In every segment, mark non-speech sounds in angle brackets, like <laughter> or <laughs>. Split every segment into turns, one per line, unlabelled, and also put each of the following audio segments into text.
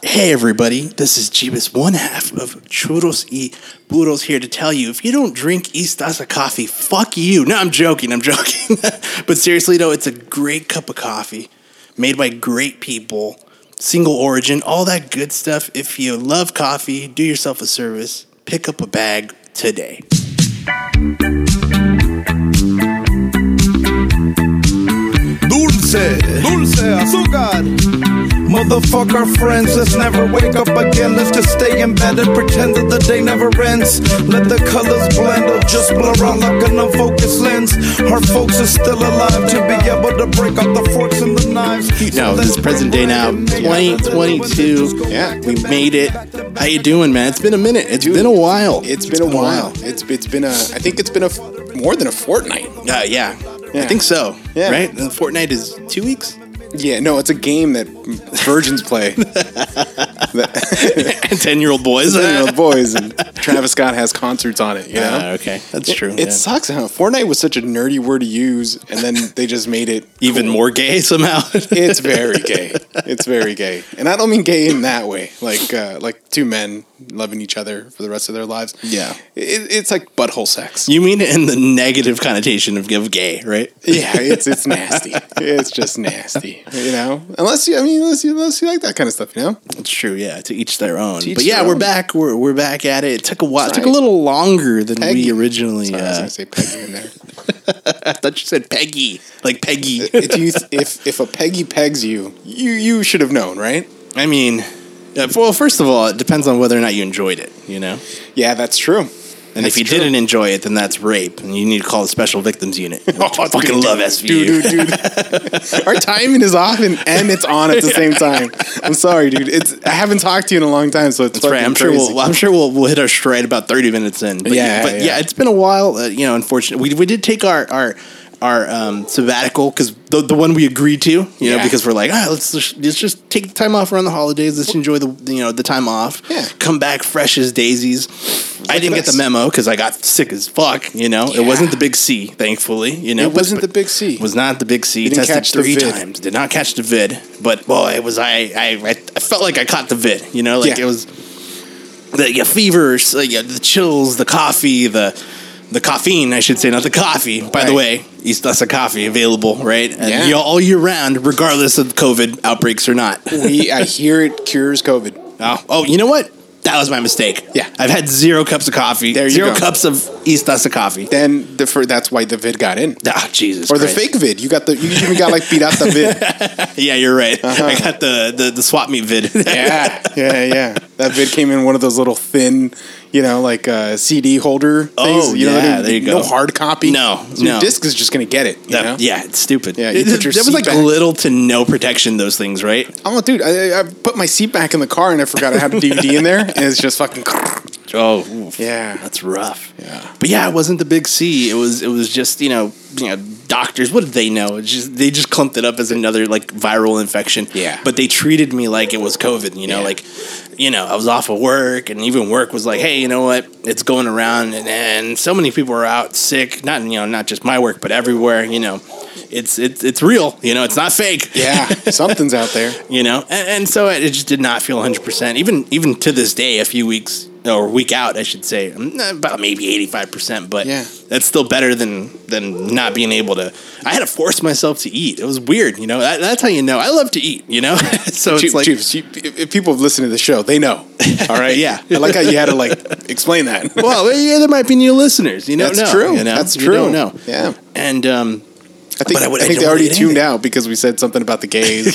Hey everybody, this is Jeebus, one half of Churros y Burros here to tell you if you don't drink Istaza coffee, fuck you. No, I'm joking, I'm joking. <laughs> but seriously though, it's a great cup of coffee made by great people, single origin, all that good stuff. If you love coffee, do yourself a service, pick up a bag today.
Dulce, dulce, azúcar. Motherfuck our friends, let's never wake up again. Let's just stay in bed and pretend that the day never ends. Let the colors blend or just blur out like an unfocused lens. Our folks are still alive to be able to break out the forks and the knives.
No, this is present day now, 2022.
Yeah.
we made it. How you doing, man? It's been a minute. It's been a while.
It's been a while. It's it's been a. I think it's been a f- more than a fortnight.
Uh, yeah. I
Yeah.
think so.
Yeah.
Right? Uh, Fortnite is two weeks? <laughs>
Yeah. No, it's a game that virgins <laughs> play. That-
And 10 year old boys.
you
<laughs>
know, boys and Travis Scott has concerts on it. You know.
Ah, okay. That's true.
It sucks how Fortnite was such a nerdy word to use, and then they just made <laughs> it
yeah. Even more gay <laughs> somehow.
It's very gay. It's very gay, and I don't mean gay in that way, like uh, like two men loving each other for the rest of their lives.
Yeah.
it, it's like butthole sex.
you mean it in the negative connotation of, of gay, right?
Yeah, it's it's nasty. It's just nasty, you know. Unless you, I mean, unless you, unless you like that kind of stuff, you know.
It's true. Yeah. To each their own.
each
but yeah,
their
we're
own.
back. We're, we're back at it. It took a while. It
That's
took a
right.
little longer than we
Peggy.
originally.
Sorry, I
uh,
was gonna say Peggy in
<laughs>
there.
I thought you said Peggy. Like
<laughs>
Peggy.
If you, if if a Peggy pegs you, you you should have known, right?
I mean, uh, well, first of all, it depends on whether or not you enjoyed it, you know?
Yeah, that's true.
And if
That's
you
true. <laughs>
didn't enjoy it, then that's rape, and you need to call the special victims unit.
<laughs>
I fucking
dude,
love
dude,
SVU.
Oh, Dude, dude, dude. Our timing is off and, and it's on at the same time. I'm sorry, dude. It's I haven't talked to you in a long time, so it's
That's right. I'm sure we'll. I'm sure we'll, we'll hit our stride about 30 minutes in. But
Yeah,
but yeah,
yeah.
it's been a while. Uh, you know, unfortunately, we, we did take our our our um, sabbatical because the, the one we agreed to. You know,
Yeah.
because we're like, ah, let's just, let's just take the time off around the holidays. Let's enjoy the you know the time off.
Yeah.
Come back fresh as daisies. I didn't get the
best.
memo because I got sick as fuck. You know, it
Yeah.
wasn't the big C, thankfully. You know,
It
but-
wasn't
but-
the big C.
Was not the big C.
didn't
tested
catch the
three
vid.
times. Did not catch the vid, but boy, was I. I I, I felt like I caught the vid. You know, like
Yeah.
it was the your fevers, uh, yeah, the chills, the coffee, the the caffeine, I should say, not the coffee. By the way,
Right.
East Dasa coffee available, right? And
Yeah.
you know, all year round, regardless of COVID outbreaks or not.
we I hear it cures COVID.
oh, oh, you know what? That was my mistake.
Yeah.
I've had zero cups of coffee.
There you
zero
go.
cups of East Dasa coffee.
Then the for, that's why the vid got in.
Ah, Jesus.
Or the
Christ.
fake vid. You got the you even got like beat out the
<laughs>
vid.
Yeah, you're right. I got the, the the swap meet vid.
Uh-huh. Yeah. Yeah, yeah. That vid came in one of those little thin, you know, like uh, CD holder things.
Oh,
you know,
yeah,
they-
there you
No
go.
hard copy.
No,
So your
no.
disc is just gonna get it. You
That-
know?
Yeah, it's stupid.
Yeah, you
It-
put your
there was
seat
like
back.
little to no protection. Those things, right?
Oh, dude, I, I put my seat back in the car and I forgot I had
<laughs>
a DVD in there, and it's just fucking. <laughs>
Oh,
Yeah.
that's rough.
Yeah.
but yeah, it wasn't the big C. It was it was just you know you know doctors. What did they know? It's just they just clumped it up as another like viral infection.
Yeah.
but they treated me like it was COVID. You know,
Yeah.
like you know I was off of work, and even work was like, hey, you know what? It's going around, and, and so many people are out sick. Not you know not just my work, but everywhere. You know. It's, it's it's real, you know. It's not fake.
Yeah, something's out there.
you know and, and so it just did not feel 100% even even to this day a few weeks or week out i should say um, about maybe 85% but
Yeah.
that's still better than than not being able to i had to force myself to eat it was weird you know that, that's how you know i love to eat you know <laughs> so it's
Chief,
like
Chiefs, you- if if people have listened to the show, they know. All
<laughs>
right.
Yeah.
I like how you had to like explain that.
<laughs> well yeah there might be new listeners you know no,
That's true.
you know?
That's
You don't
true.
know.
Yeah.
and um
I think,
But I
I
would- I
think
don't
they
wanna
already
eat
tuned out because we said something about
<laughs>
the gays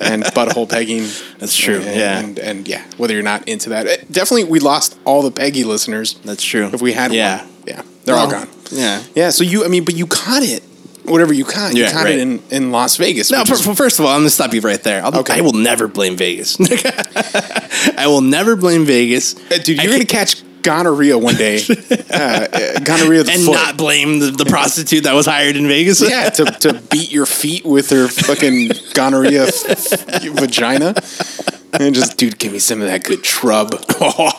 and butthole pegging.
That's true,
And,
yeah.
And, and yeah, whether you're not into that, Eh, definitely we lost all the Peggy listeners.
that's true
If we had
yeah
one, yeah, they're all
Well,
gone.
yeah
Yeah, so you, I mean, but you caught it. Whatever you caught,
Yeah,
you caught
right.
it in, in Las Vegas.
No,
which
fir-
is-
fir- first of all, I'm gonna stop you right there. I'll,
Okay.
I will never blame Vegas. <laughs> I will never blame Vegas,
Uh, dude,
I
you're gonna
can't-
catch gonorrhea
<laughs>
one day. uh, uh, gonorrhea of the
and
foot.
not blame the, the prostitute that was hired in Vegas.
yeah, <laughs> to, to beat your feet with her fucking gonorrhea f- vagina, and just dude, give me some of that good trub,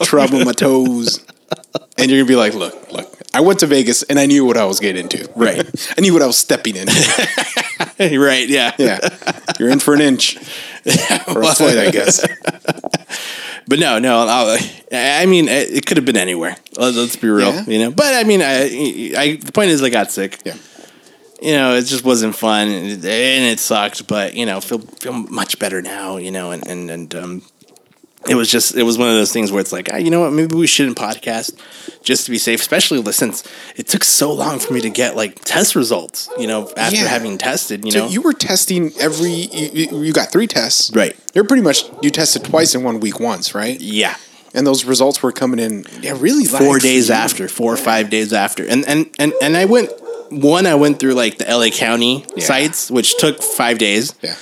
trub on my toes, and you're gonna be like, look, look, I went to Vegas and I knew what I was getting into.
Right.
<laughs> I knew what I was stepping into.
<laughs> right. Yeah.
Yeah, you're in for an inch or a foot, I guess.
But no, no. I'll, I mean, it it could have been anywhere. Let's, let's be real,
Yeah.
you know. But I mean, I, I. The point is, I got sick.
Yeah.
You know, it just wasn't fun, and it- and it sucked. But you know, feel feel much better now. You know, and and and um, it was just it was one of those things where it's like ah, you know what maybe we shouldn't podcast just to be safe especially since it took so long for me to get like test results you know after
Yeah.
having tested you
So
know
you were testing every. You, you- you got three tests,
Right.
You're pretty much you tested twice in one week, once, right?
yeah
And those results were coming in. Yeah, really.
four
like-
days after four or five days after and and and, and i went one i went through like the la county
Yeah.
sites which took five days
<laughs> Yeah.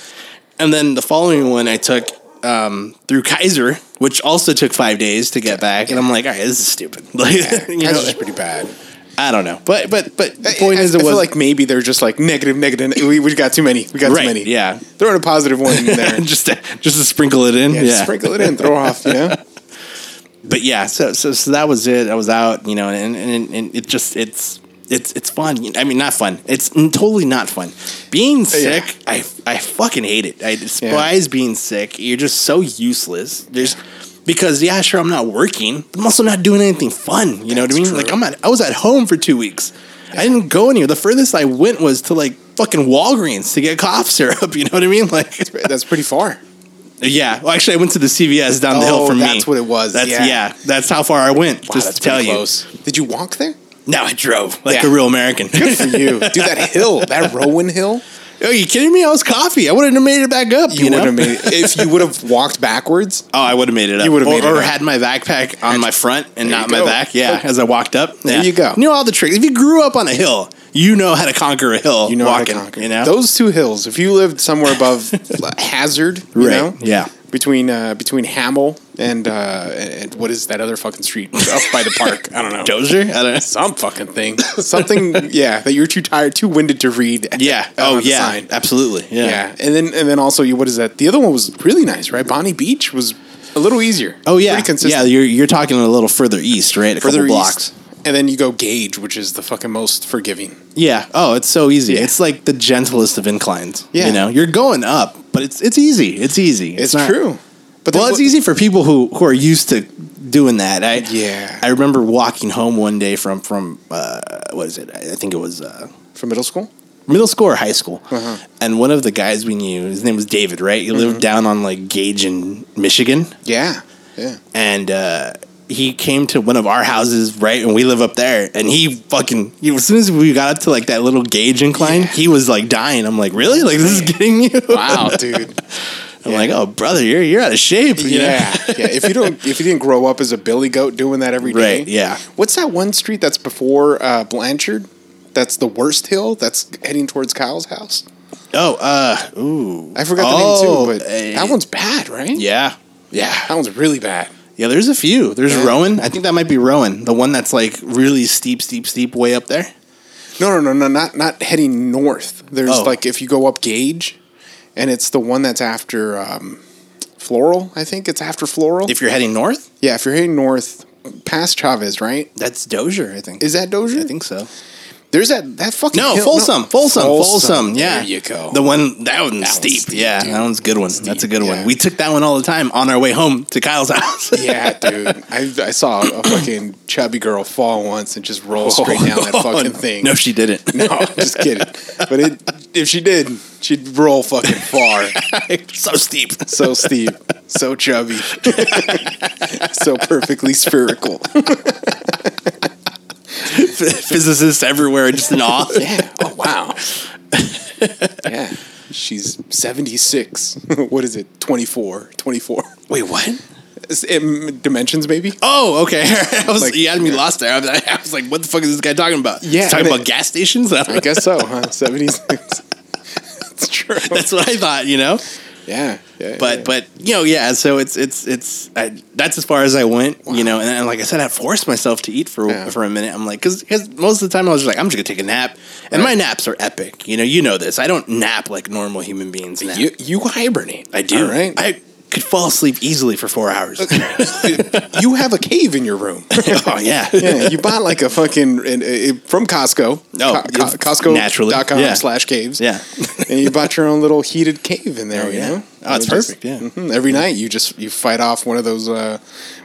and then the following one i took um, through kaiser which also took five days to get back and i'm like all right this is stupid <laughs> like
yeah.
you know
That's just pretty bad.
i don't know but but but the
I-
point
I,
is
I
it
feel
was
like maybe they're just like negative, negative. We, we got too many. We got
right
too many.
yeah
Throw in a positive one
<laughs>
in there.
just to, just to sprinkle it in. Yeah,
yeah, just sprinkle it in. Throw off.
<laughs>
Yeah.
but yeah, so, so so that was it. I was out, you know, and and, and it just it's. It's it's fun. I mean, not fun. It's totally not fun. Being sick, I I fucking hate it. I despise being sick. You're just so useless. There's because yeah, sure, I'm not working. I'm also not doing anything fun. You know what I
That's
mean?
true.
Like I'm at I was at home for two weeks. I didn't go anywhere. The furthest I went was to like fucking Walgreens to get cough syrup. <laughs> You know what I mean? Like
That's pretty far.
Yeah. Well, actually, I went to the CVS down the hill
Oh,
from me.
that's what it was.
That's
Yeah.
yeah. That's how far I went.
Wow,
just
that's
to tell
pretty
you.
Did you walk there?
No, I drove like
Yeah.
a real American.
For you, dude. That hill, that Rowan Hill.
<laughs> Are you kidding me? I was coffee. I wouldn't have made it back up. You,
You,
know?
would have made <laughs> if you would have walked backwards.
<laughs> Oh, I would have made it up.
You would have
Or-
made it
or
up.
had my backpack on my front and
There
not my
you go.
back. Yeah,
Oh.
as I walked up.
There
Yeah.
you go.
Knew all the tricks. If you grew up on a hill, you know how to conquer a hill.
You know
walking.
how to conquer.
You know.
those two hills. If you lived somewhere above
<laughs>
Hazard, you
Right,
know,
yeah.
between uh, between Hamel and, uh, and what is that other fucking street up by the park? I don't know.
Dozer. I don't know.
Some fucking thing. <coughs> Something, yeah, that you're too tired, too winded to read. Uh,
Yeah.
on
Oh
the
yeah.
sign.
Absolutely. Yeah.
Yeah, and then and then also you what is that? The other one was really nice, right? Bonnie Beach was a little easier.
Oh yeah.
pretty consistent.
Yeah. You're you're talking a little further east, right? A
further
couple blocks.
east, and then you go Gage, which is the fucking most forgiving.
Yeah. Oh, it's so easy.
Yeah.
It's like the gentlest of inclines.
Yeah.
You know, you're going up, but it's it's easy. It's easy.
It's,
not-
true, but
Well,
then
it's
what-
easy for people who who are used to doing that. I
Yeah.
I remember walking home one day from from uh, what is it? I I think it was uh,
for middle school.
middle school or high school,
Uh-huh.
and one of the guys we knew, his name was David, right? He
Mm-hmm.
lived down on like Gage in Michigan
Yeah,
<laughs>
yeah.
and uh, he came to one of our houses, right? And we live up there. And he fucking, you know, as soon as we got up to like that little gauge incline, he was like dying. I'm like, really? Like this is getting you? <laughs>
<laughs> Wow, dude.
I'm like, oh brother, you're you're out of shape. <laughs> you know?
Yeah, yeah. If you don't, if you didn't grow up as a billy goat doing that every day,
Right, yeah.
What's that one street that's before uh, Blanchard? That's the worst hill. That's heading towards Kyle's house.
Oh, uh, ooh,
I forgot
Oh,
the name too, but
eh,
that one's bad, right?
yeah, yeah,
that one's really bad.
yeah. There's a few. There's
Yeah.
Rowan. I think that might be Rowan, the one that's like really steep, steep, steep, way up there.
No, no, no, no, not not heading north. There's
Oh.
like if you go up Gage, and it's the one that's after um, Floral. I think it's after Floral.
If you're heading north,
yeah, if you're heading north, past Chavez, right?
that's Dozier, I think.
Is that Dozier?
I think so.
There's that that fucking
No,
hill-
Folsom, Folsom, Folsom, Yeah,
There you go.
The one that one's steep.
steep,
yeah,
dude.
that one's a good one. That's a good
yeah.
one. We took that one all the time on our way home to Kyle's <laughs> house.
yeah, dude. I, I saw a fucking chubby girl fall once and just roll straight down that fucking thing.
No, she
<laughs>
didn't.
no, I'm just kidding. But it, if she did, she'd roll fucking
<laughs>
far.
<laughs> so steep.
so steep, so chubby, <laughs> so perfectly spherical.
Physicists everywhere are just in awe.
Yeah. Oh wow. Yeah. She's 76. what is it? 24. 24.
Wait, what?
Is it m- um, dimensions maybe?
Oh, okay. <laughs> I was
Like-
you had me lost there. I was, I was like, what the fuck is this guy talking about?
Yeah,
He's talking
and
about
it-
gas stations. <laughs>
I guess so, huh? 76. That's true.
That's what I thought. You know.
yeah. yeah
but
yeah.
but you know yeah so it's it's it's I, that's as far as i went you know and, then like i said i forced myself to eat for
Yeah.
for a minute i'm like because most of the time i was just like i'm just gonna take a nap and my naps are epic you know you know this i don't nap like normal human beings nap.
you you hibernate.
i do
All right.
i could fall asleep easily for four hours.
you have a cave in your room.
<laughs> oh <laughs> yeah.
yeah, you bought like a fucking and it, from Costco.
Oh,
Co- Co-
it's
Costco
naturally.
dot com
Yeah.
slash caves.
Yeah.
and you bought your own little heated cave in there. you
yeah.
know,
Oh, it's
You just-
perfect, yeah.
mhm. Every night you just you fight off one of those uh,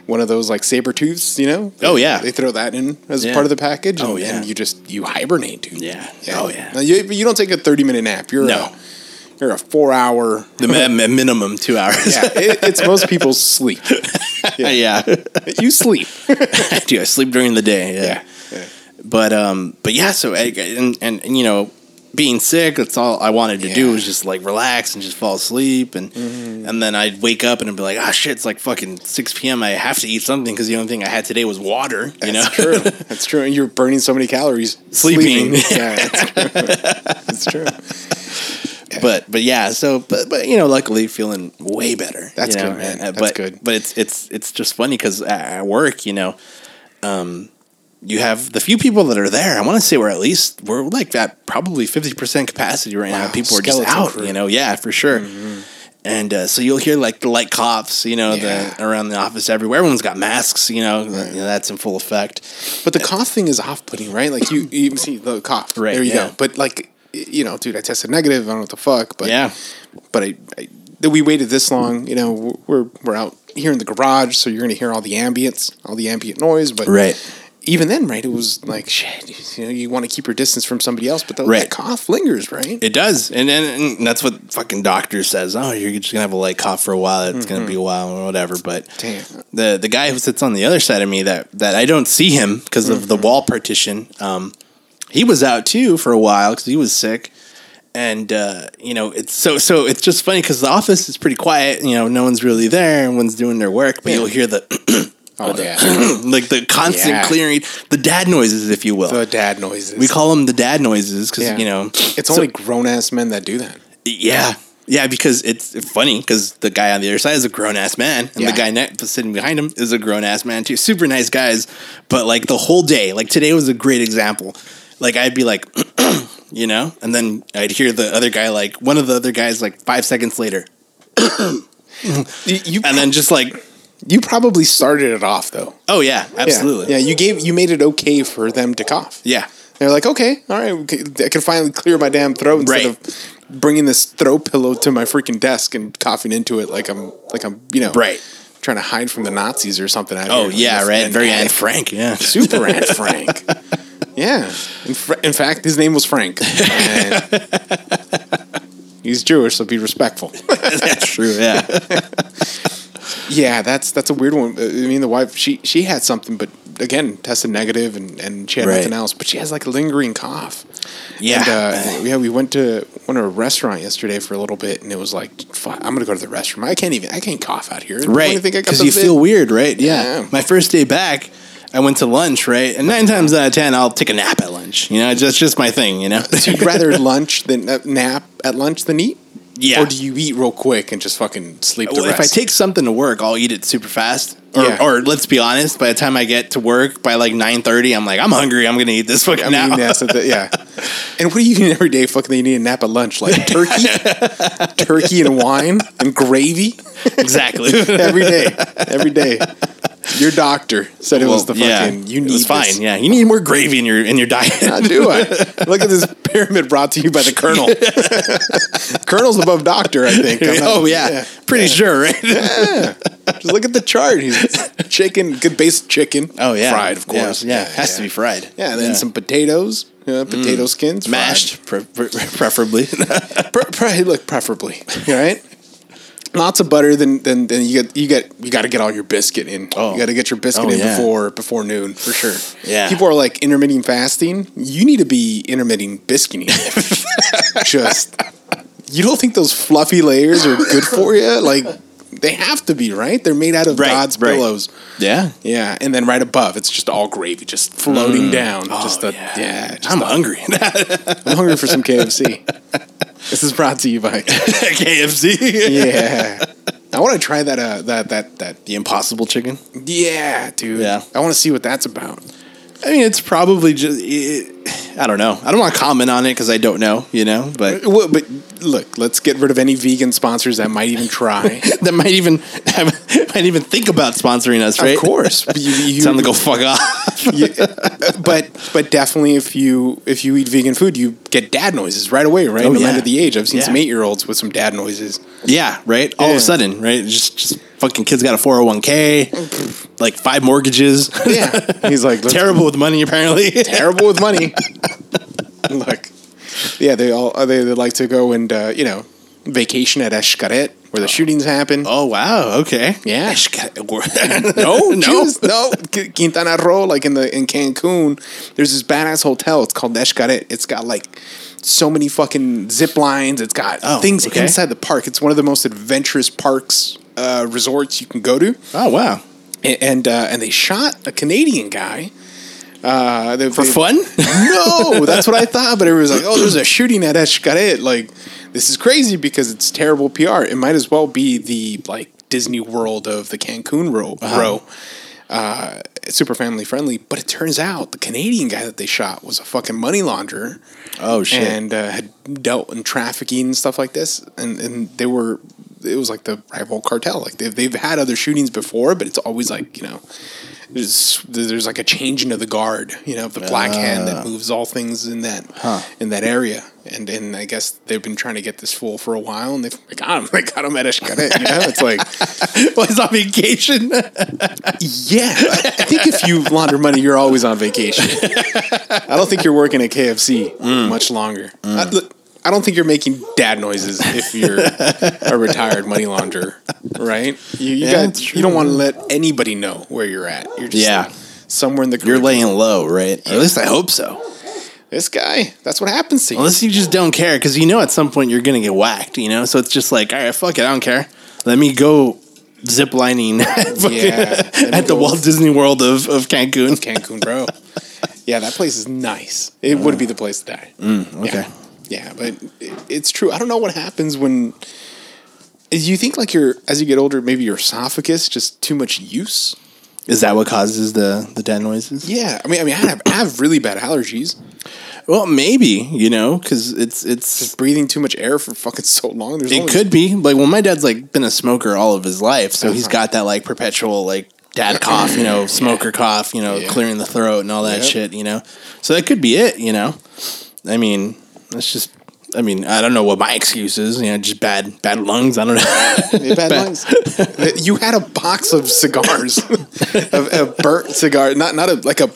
one of those like saber tooths. You know.
Oh, yeah.
They throw that in as
Yeah.
part of the package.
Oh,
and,
yeah.
And you just you hibernate, dude.
Yeah. Oh, yeah.
Now, you, but you don't take a thirty minute nap. You're
No.
A, you're a four hour.
The mi- mi- minimum two hours.
<laughs> Yeah, it, it's most people's sleep.
<laughs> yeah.
You sleep.
I do. I sleep during the day. Yeah.
yeah.
But um. But yeah. So I- and and, and you know. Being sick, that's all I wanted to do
Yeah. Mm-hmm.
was just like relax and just fall asleep, and and then I'd wake up and I'd be like, ah, shit, it's like fucking six p.m. I have to eat something because the only thing I had today was water. <laughs> You know,
That's true. That's true. And you're burning so many calories
Sleeping. <laughs>
Yeah, that's true. That's true.
but but yeah, so but but you know, luckily feeling way better.
That's
you know,
good, man.
and- uh,
That's
but,
good.
But it's it's it's just funny because at at work, you know, um, you have the few people that are there. I want to say we're at least we're like at probably fifty percent capacity right now.
Wow,
People are just
skeleton
out,
crew. Mm-hmm.
you know. Yeah, for sure. And uh, so you'll hear like the light coughs, you know,
Yeah.
the around the office everywhere. Everyone's got masks, you know, you know, that's in full effect.
But the cough thing is off-putting, right? Like you, you see the cough.
Right,
There you
yeah.
go. But like, y- you know, dude, I tested negative. I don't know what the fuck. But
Yeah.
But I, I that we waited this long. You know, w- we're we're out here in the garage, so you're gonna hear all the ambience, all the ambient noise. But Even then, right? It was like shit. You know, you want to keep your distance from somebody else, but the,
Right.
that cough lingers, right?
It does, and, and and that's what fucking doctor says. Oh, you're just gonna have a light cough for a while. It's gonna be a while or whatever. But
Damn.
the the guy who sits on the other side of me that that I don't see him because of
Mm-hmm.
the wall partition. Um, he was out too for a while because he was sick, and uh, you know it's so so it's just funny because the office is pretty quiet. You know, no one's really there. Everyone's doing their work, but
Yeah.
you'll hear the <clears throat>
oh yeah.
like the constant
Yeah.
clearing, the dad noises, if you will.
the dad noises.
we call them the dad noises because
Yeah.
you know
It's
so-
only grown ass men that do that.
Yeah. Yeah, because it's funny because the guy on the other side is a grown ass man, and
Yeah.
the guy next sitting behind him is a grown ass man too. Super nice guys, but like the whole day, like today was a great example. Like I'd be like, <clears throat> you know, and then I'd hear the other guy like one of the other guys like five seconds later,
You, you,
and then just like,
you probably started it off though.
oh yeah,
Yeah.
absolutely,
Yeah,
yeah,
you gave you made it okay for them to cough.
yeah,
They're like, okay, all right, okay, I can finally clear my damn throat
Right.
instead of bringing this throat pillow to my freaking desk and coughing into it like I'm like I'm you know
Right.
trying to hide from the Nazis or something. out
oh
here.
yeah,
Just-
right,
and-
very Anne
and
Frank, yeah,
super Aunt Frank. Yeah. In, fr- in fact, his name
<laughs>
was Frank. And he's Jewish, so
<laughs>
be respectful.
<laughs> that's true, yeah,
Yeah, that's that's a weird one. Uh, I mean, the wife she she had something, but again, tested negative, and and she had
Right.
nothing else. But she has like a lingering cough.
<laughs> yeah,
And, uh, yeah, we went to went to a restaurant yesterday for a little bit, and it was like, fuck, I'm gonna go to the restroom. I can't even. I can't cough out here.
right? Because you
<laughs>
feel weird, right? Yeah.
Yeah.
My first day back, I went to lunch, right? And nine times out of ten, I'll take a nap at lunch. You know, it's just just my thing. You know,
You'd rather lunch than uh, nap at lunch than eat.
Yeah.
Or do you eat real quick and just fucking sleep the
<laughs> Well, if I
rest?
take something to work, I'll eat it super fast. Or,
Yeah.
or let's be honest, by the time I get to work by like nine thirty, I'm like, I'm hungry. I'm gonna eat this fucking
I mean,
now.
that's the- yeah. And what are you eating every day? Fucking, you need a nap at lunch,
<laughs>
like turkey, turkey and wine and gravy.
<laughs>
<laughs>
exactly.
every day, every day. Your doctor said it was the
Well, yeah.
fucking. You
It
need
was fine.
This.
Yeah, you need more gravy in your in your diet. <laughs>
How do I? Look at this pyramid brought to you by the <laughs> colonel. Colonel's above doctor, I
<laughs>
think. I'm not-
oh yeah, pretty sure, right?
Just look at the
<laughs>
chart. He's chicken, good base chicken.
oh yeah,
fried of course.
Yeah, has to be fried.
Yeah, and then some potatoes, uh, potato skins, fried.
mashed, pre- pre- preferably. <laughs>
Pre- pre- look, preferably, <laughs> all right. Lots of butter. Then, then, then you get you get you got to get all your biscuit in.
Oh.
You got to get your biscuit
Oh,
in
yeah.
before before noon for sure.
Yeah.
people are like intermittent fasting. You need to be
<laughs>
intermittent biscuiting. Just you don't think those fluffy layers are good for you? Like they have to be right. They're made out of
Right,
God's
right.
pillows.
yeah,
Yeah, and then right above, it's just all gravy, just floating
Mm.
down. just
Oh,
the yeah, just
I'm
the-
hungry. <laughs>
I'm hungry for some KFC. this is brought to
<laughs>
you by.
KFC.
yeah. I want to try that. Uh, that that
<laughs>
that.
The Impossible Chicken.
Yeah, dude.
Yeah.
I want to see what that's about.
I mean, it's <laughs> probably just. It, I don't know. I don't want to comment on it because I don't know. You know, but
Well, but look, let's get rid of any vegan sponsors that might even
<laughs>
try.
that might even have, <laughs> might even think about sponsoring us, right? <laughs>
Of course, but you- you-
Tell them to go fuck off.
you- but but definitely if you if you eat vegan food, you get dad noises right away, right?
Oh,
no
yeah.
matter the age, I've seen
Yeah.
some eight year olds with some dad noises.
<laughs> yeah, right. All of
Yeah.
a sudden, right? Just just fucking kids got a four hundred one k, like five mortgages. <laughs>
Yeah, he's like "Let's
terrible with money apparently. <laughs>
terrible with money. <laughs> Look, yeah, they all uh, they, they like to go and uh, you know vacation at Escaret where the shootings happen.
oh wow. Okay.
Yeah.
<laughs> no. <laughs> No.
Jesus, no, Qu- Quintana Roo, like in the in Cancun, there's this badass hotel. It's called Escaret. It's got like so many fucking zip lines. It's got
Oh,
things
okay.
inside the park. It's one of the most adventurous parks uh, resorts you can go to.
Oh wow.
A- And uh, and they shot a Canadian guy. Uh, they,
For
they-
fun?
no, that's what I thought. But it was like, oh, there's a shooting at Escaret. Like, this is crazy because it's terrible PR. It might as well be the like Disney World of the Cancun row. row. Uh, it's super family friendly, but it turns out the Canadian guy that they shot was a fucking money launderer
<laughs> oh <laughs>
and uh, had dealt in trafficking and stuff like this. And and they were, it was like the rival cartel. Like they've they've had other shootings before, but it's always like you know, there's there's like a changing of the guard, you know, of the black hand that moves all things in that in that area. And and I guess they've been trying to get this fool for a while, and they've they got him, <laughs> they got him at Escaret. You know, it's like.
was on vacation.
Yeah, I I think
<laughs>
if you launder money, you're always on vacation. I don't think you're working at KFC
Mm.
much longer. I, look, I don't think you're making dad noises if you're a retired money launderer, right? You you,
Yeah,
got,
that's
you don't want to let anybody know where you're at. You're just
Yeah.
somewhere in the
You're
group.
laying low, right? Or at least I hope so.
this guy. That's what happens to you.
Unless you just don't care, because you know at some point you're gonna get whacked, you know. So it's just like, all right, fuck it, I don't care. Let me go zip lining <laughs> fucking
Yeah,
<laughs>
let me
at the
go.
Walt Disney World of, of Cancun.
Cancun, bro. yeah, that place is nice. It would be the place to die.
Mm, Okay.
Yeah, but it, it's true. I don't know what happens when. Is you think like your as you get older, maybe your esophagus just too much use?
Is that what causes the the dead noises?
Yeah, I mean, I mean, I have, I have really bad allergies.
Well, maybe you know, because it's it's
Breathing too much air for fucking so long. There's
it
only-
could be like well, my dad's like been a smoker all of his life, so he's
Uh-huh.
got that like perpetual like
<clears throat>
dad cough, you know, smoker cough, you know,
Yeah.
clearing the throat and all that
Yep.
shit, you know. So that could be it, you know. I mean, that's just. I mean, I don't know what my excuse is. You know, just bad, bad lungs. I don't know. <laughs>
Yeah, bad lungs. you had a box of cigars, a, a burnt cigar, not not a like a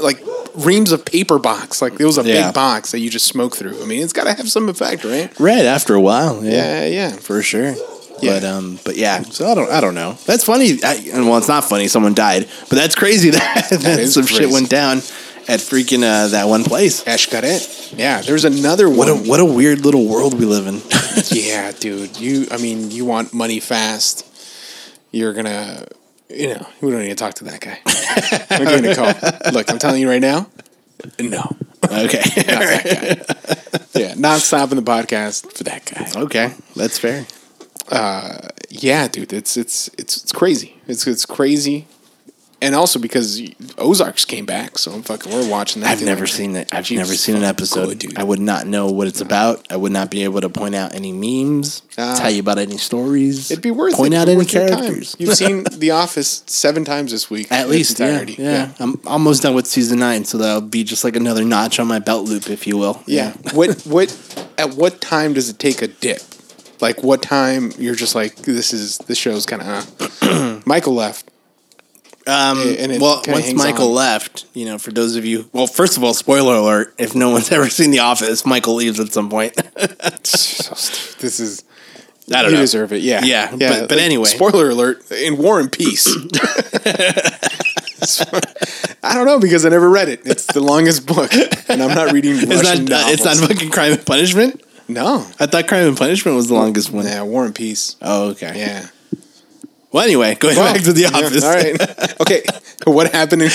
like reams of paper box. Like it was a
Yeah.
big box that you just smoke through. I mean, it's got to have some effect, right?
Red after a while.
Yeah, yeah.
for sure.
Yeah.
But um, but yeah. So I don't, I don't know. That's funny. I, and well, it's not funny. Someone died, but that's crazy <laughs> that, that,
is
some shit
crazy.
went down at freaking uh, that one place.
Ashkaret. Yeah, there's another one.
What a what a weird little world we
<laughs>
live in.
Yeah, dude. You, I mean, you want money fast. You're gonna, you know, we don't need to talk to that guy. I'm giving a call. Look, I'm telling you right now. No,
okay,
not
<laughs>
that guy. Yeah, not stopping the podcast for that guy.
okay, that's fair.
Yeah, dude. It's it's it's it's crazy. It's it's crazy. And also because Ozarks came back, so I'm fucking. We're watching that.
I've
dude.
never seen it. I've
Jesus
never seen an
fucking
episode.
good, dude.
I would not know what it's about. I would not be able to point out any memes,
Ah.
tell you about any stories.
It'd be worth
point
it.
out
It'd be
any
worth your time.
characters. <laughs>
You've seen The Office seven times this week, in
At
its
least, yeah,
entirety.
yeah. I'm almost done with season nine, so that'll be just like another notch on my belt loop, if you will.
Yeah. what what at what time does it take a dip? Like what time you're just like this is this show's kind of
<clears throat>
uh. Michael left.
Um,
and it
well,
kinda
once
hangs
Michael
on.
left, you know, for those of you, well, first of all, spoiler alert: if no one's <laughs> ever seen The Office, Michael leaves at some point. <laughs> I
<laughs> This is
don't
you
know.
deserve it. Yeah.
Yeah, but- but
Like,
anyway.
spoiler alert in War
<laughs>
and Peace. I don't know because I never read it. It's the longest book, and I'm not reading. Russian
It's not. uh,
novels.
it's not fucking Crime and Punishment.
No.
I thought Crime and Punishment was the longest one.
Yeah, War and Peace.
Oh, okay.
Yeah.
Well, anyway, going
Well,
back to The
yeah,
Office.
all right. Okay. What happened in,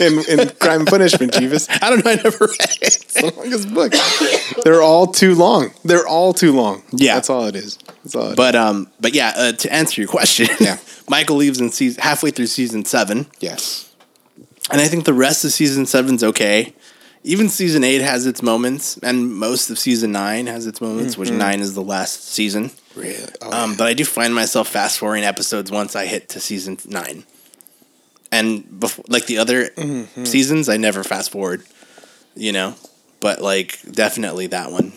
in, in Crime and
<laughs>
Punishment, Jeeves?
<laughs> I don't know. I never read it.
the longest book. They're all too long. They're all too long.
Yeah.
that's all it is. That's all. It
But um, but yeah. Uh, to answer your question,
Yeah.
<laughs> Michael leaves in season halfway through season seven.
yes,
And I think the rest of season seven's okay. Even season eight has its moments, and most of season nine has its moments, which
Mm-hmm.
nine is the last season.
Really? Oh,
Um, But I do find myself fast forwarding episodes once I hit to season nine. And before, like the other
Mm-hmm.
seasons, I never fast forward, you know? But like, definitely that one.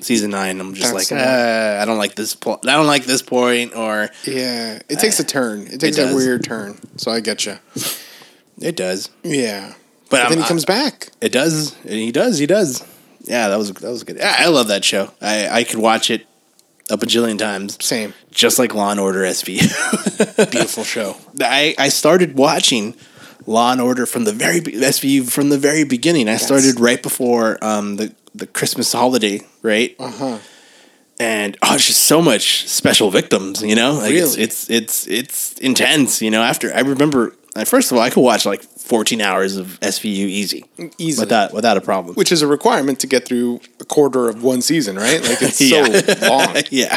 Season nine, I'm just
That's
like,
the
uh, I don't like this. Po- I don't like this point, or
yeah. It takes a turn. It takes
does.
a weird turn. So I get you.
it does.
Yeah.
But,
But
I'm,
then he comes back.
It does. And he does. He does. Yeah, that was that was good. I, I love that show. I, I could watch it a bajillion times,
Same.
just like Law and Order <laughs> SVU.
Beautiful show.
I, I started watching Law and Order from the very be- SVU from the very beginning. I started right before um, the the Christmas holiday, right?
Uh huh.
And oh, it's just so much special victims, you know. Like it's,
Really?
it's it's it's intense, you know. After I remember, I- first of all, I could watch like fourteen hours of SVU easy,
Easily.
without without a
<laughs>
problem.
Which is a requirement to get through a quarter of one season, right? Like
<laughs>
it's so
Yeah.
long.
yeah.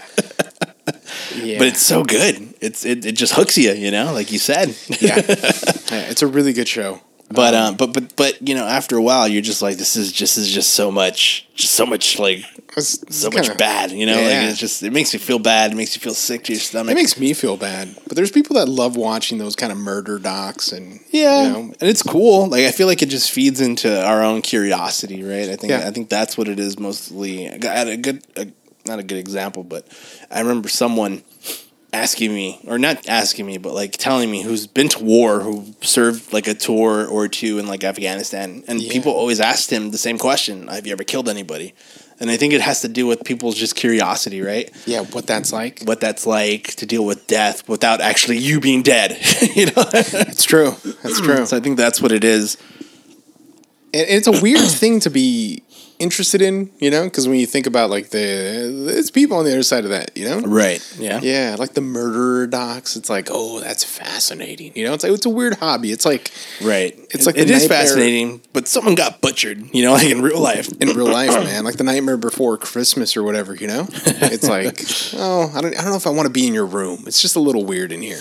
Yeah.
but it's so good. It's it, it just hooks you, you know, like you said. <laughs>
yeah. Yeah, It's a really good show.
But um, but but but you know, after a while, you're just like, this is just this is just so much, just so much like
It's- it's
so much
kinda-
bad, you know.
Yeah.
Like it's just it makes you feel bad. It makes you feel sick to your stomach.
It makes me feel bad, but there's people that love watching those kind of murder docs and
yeah,
you know,
and it's cool. Like I feel like it just feeds into our own curiosity, right? I think
Yeah.
I think that's what it is mostly. I had a good, a, not a good example, but I remember someone asking me, or not asking me, but like telling me who's been to war, who served like a tour or two in like Afghanistan, and
Yeah.
people always asked him the same question: Have you ever killed anybody? And I think it has to do with people's just curiosity, right?
yeah, what that's like.
What that's like to deal with death without actually you being dead, <laughs> you know.
It's true. That's
<clears throat>
true.
So I think that's what it is.
and it's a weird thing to be interested in, you know, because when you think about like the it's people on the other side of that, you know.
Right. Yeah.
Yeah, like the murder docs. It's like, oh, that's fascinating. You know, it's like, it's a weird hobby. It's like
Right.
It's like
it
the
is
nightmare-
fascinating, but someone got butchered, you know, <laughs> like in real life.
in real life, man, like the Nightmare Before Christmas or whatever. You know, it's
<laughs>
like, oh, I don't, I don't know if I want to be in your room. It's just a little weird in here.